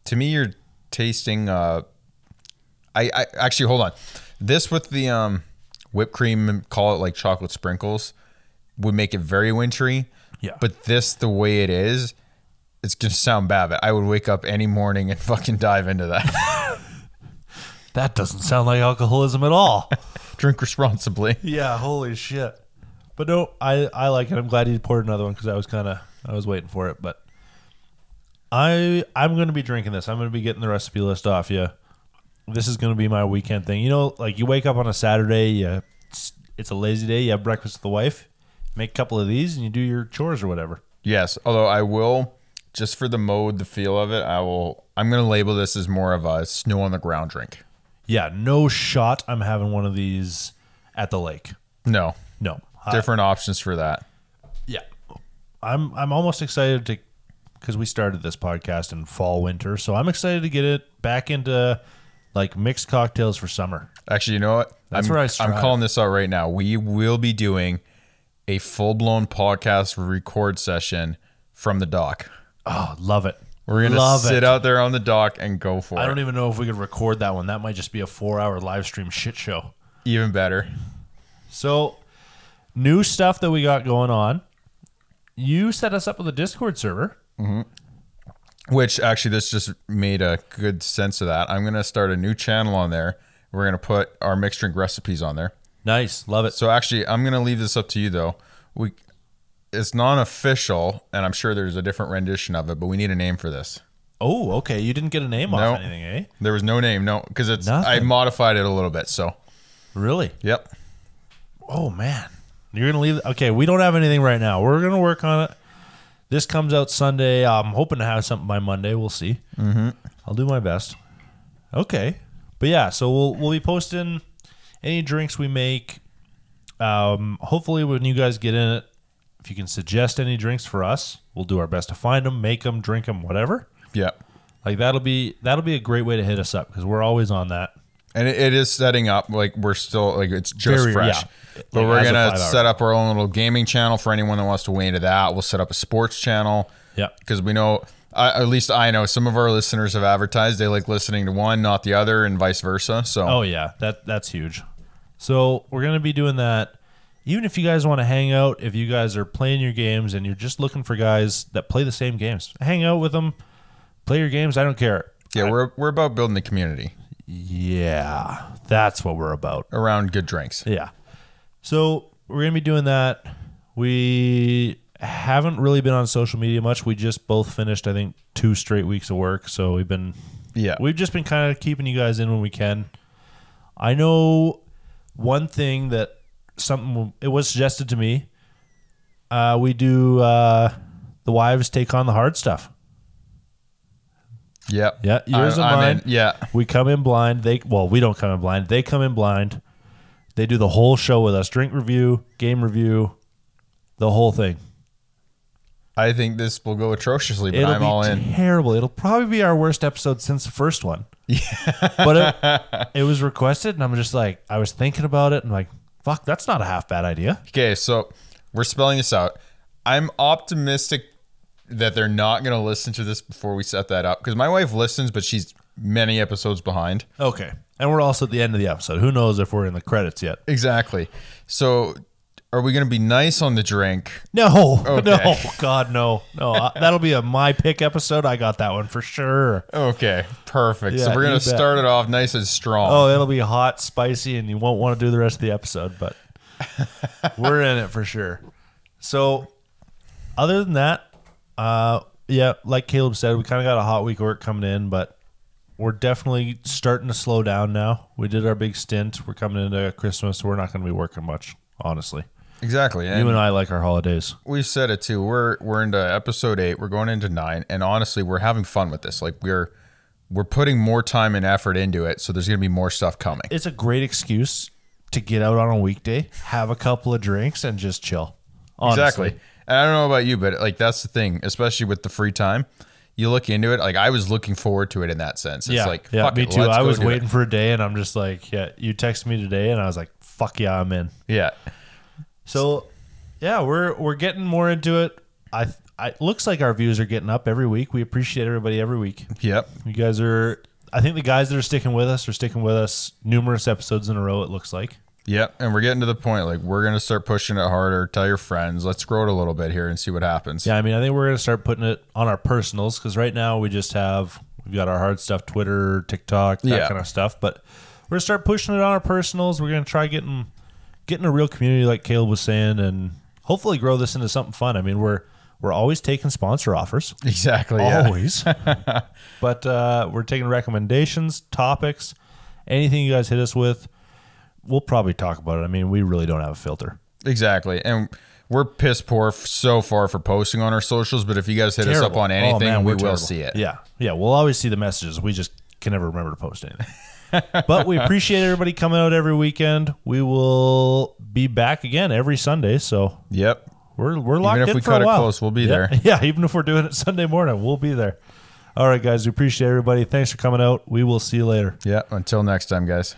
B: To me, you're tasting. Uh, I, I actually hold on. This with the um, whipped cream and call it like chocolate sprinkles would make it very wintry.
A: Yeah.
B: But this the way it is, it's gonna sound bad. But I would wake up any morning and fucking dive into that.
A: that doesn't sound like alcoholism at all.
B: Drink responsibly.
A: yeah. Holy shit. But no, I I like it. I'm glad you poured another one because I was kind of I was waiting for it. But I I'm gonna be drinking this. I'm gonna be getting the recipe list off you. This is gonna be my weekend thing. You know, like you wake up on a Saturday, you, it's, it's a lazy day. You have breakfast with the wife, make a couple of these, and you do your chores or whatever.
B: Yes, although I will just for the mode, the feel of it, I will I'm going to label this as more of a snow on the ground drink.
A: Yeah, no shot. I'm having one of these at the lake.
B: No.
A: No, I-
B: Different options for that.
A: Yeah, I'm I'm almost excited to because we started this podcast in fall winter, so I'm excited to get it back into like mixed cocktails for summer.
B: Actually, you know what?
A: That's
B: I'm,
A: where I
B: I'm
A: strive.
B: calling this out right now. We will be doing a full-blown podcast record session from the dock.
A: Oh, love it.
B: We're going to
A: Love
B: sit
A: it.
B: out there on the dock and go for
A: I
B: it.
A: don't even know if we could record that one. That might just be a four-hour live stream shit show.
B: even better.
A: So, new stuff that we got going on. You set us up with a Discord server.
B: Which actually, this just made a good sense of that. I'm going to start a new channel on there. We're going to put our mixed drink recipes on there.
A: Nice, love it.
B: So actually, I'm gonna leave this up to you though. We, it's non-official, and I'm sure there's a different rendition of it, but we need a name for this.
A: Oh, okay. You didn't get a name off
B: No.
A: anything, eh?
B: There was no name, no, because it's I
A: Nothing.
B: modified it a little bit. So
A: Really?
B: yep,
A: Oh man, you're gonna leave. Okay, we don't have anything right now. We're gonna work on it. This comes out Sunday. I'm hoping to have something by Monday. We'll see. Mm-hmm. I'll do my best. Okay, but yeah, so we'll we'll be posting any drinks we make. Um, hopefully, when you guys get in it, if you can suggest any drinks for us, we'll do our best to find them, make them, drink them, whatever.
B: yep,
A: Like that'll be that'll be a great way to hit us up because we're always on that.
B: and it, it is setting up. Like we're still like it's just
A: Very-
B: fresh,
A: yeah.
B: but
A: Like,
B: we're
A: as of
B: gonna
A: five hours.
B: set up our own little gaming channel for anyone that wants to weigh into that. We'll set up a sports channel.
A: Yeah.
B: because we know. I, at least I know some of our listeners have advertised they like listening to one, not the other, and vice versa. So
A: Oh yeah, that that's huge. So we're gonna be doing that. Even if you guys want to hang out, if you guys are playing your games and you're just looking for guys that play the same games, hang out with them, play your games. I don't care.
B: yeah, we're we're about building the community
A: Yeah, that's what we're about.
B: around good drinks.
A: Yeah. So we're gonna be doing that. We haven't really been on social media much. We just both finished, I think, two straight weeks of work. So we've been
B: Yeah.
A: We've just been kind of keeping you guys in when we can. I know one thing that something it was suggested to me. Uh, we do uh, the wives take on the hard stuff.
B: Yep.
A: Yeah, yours
B: I'm-
A: and
B: I'm in.
A: mine.
B: Yeah.
A: We come in blind. They well, we don't come in blind. They come in blind. They do the whole show with us: drink review, game review, the whole thing.
B: I think this will go atrociously, but
A: It'll
B: I'm
A: be
B: all in.
A: terrible. It'll probably be our worst episode since the first one. Yeah. but it, it was requested, and I'm just like, I was thinking about it, and like, fuck, that's not a half bad idea.
B: Okay, so we're spelling this out. I'm optimistic that they're not going to listen to this before we set that up because my wife listens, but she's many episodes behind.
A: Okay. And we're also at the end of the episode. Who knows if we're in the credits yet?
B: Exactly. So, are we going to be nice on the drink?
A: No,
B: Okay.
A: no, God, no, no. I- that'll be a my pick episode. I got that one for sure.
B: Okay, perfect. so
A: Yeah,
B: we're
A: you
B: going to
A: bet.
B: start it off nice and strong.
A: Oh, it'll be hot, spicy, and you won't want to do the rest of the episode, but we're in it for sure. So, other than that, uh, yeah, like Caleb said, we kind of got a hot week of work coming in, but we're definitely starting to slow down now. We did our big stint. We're coming into Christmas, so we're not going to be working much, honestly.
B: exactly. And
A: You and I like our holidays.
B: we've said it too. We're we're into episode eight. We're going into nine, and honestly, we're having fun with this. Like we're we're putting more time and effort into it, so there's gonna be more stuff coming.
A: It's a great excuse to get out on a weekday, have a couple of drinks, and just chill. Honestly.
B: Exactly. And I don't know about you, but like that's the thing, especially with the free time. You look into it. Like I was looking forward to it in that sense. It's
A: yeah,
B: like
A: yeah,
B: fuck
A: me
B: it,
A: too.
B: let's
A: I
B: go
A: was
B: do it.
A: waiting for a day, and I'm just like, yeah. You texted me today, and I was like, fuck yeah, I'm in.
B: Yeah.
A: So, yeah, we're we're getting more into it. I, I it looks like our views are getting up every week. We appreciate everybody every week.
B: Yep.
A: You guys are. I think the guys that are sticking with us are sticking with us numerous episodes in a row. It looks like.
B: Yep. And we're getting to the point. Like we're gonna start pushing it harder. Tell your friends. Let's grow it a little bit here and see what happens.
A: Yeah, I mean, I think we're gonna start putting it on our personals because right now we just have we've got our hard stuff, Twitter, TikTok, that
B: Yeah.
A: kind of stuff. But we're gonna start pushing it on our personals. We're gonna try getting getting a real community, like Caleb was saying, and hopefully grow this into something fun. I mean, we're we're always taking sponsor offers,
B: Exactly. Yeah.
A: always, but uh, we're taking recommendations, topics, anything you guys hit us with. We'll probably talk about it. I mean, we really don't have a filter.
B: Exactly. And we're piss poor f- so far for posting on our socials, but if you guys hit us up
A: Terrible.
B: on
A: Oh,
B: anything,
A: man, we're
B: we will
A: terrible.
B: see it.
A: Yeah. Yeah. We'll always see the messages. We just can never remember to post anything. but we appreciate everybody coming out every weekend. We will be back again every Sunday. So
B: Yep.
A: we're, we're locked
B: if
A: in
B: we
A: for
B: cut
A: a
B: it
A: while.
B: close, we'll be
A: Yeah.
B: there.
A: Yeah. Even if we're doing it Sunday morning, we'll be there. All right, guys. We appreciate everybody. Thanks for coming out. We will see you later.
B: Yeah. Until next time, guys.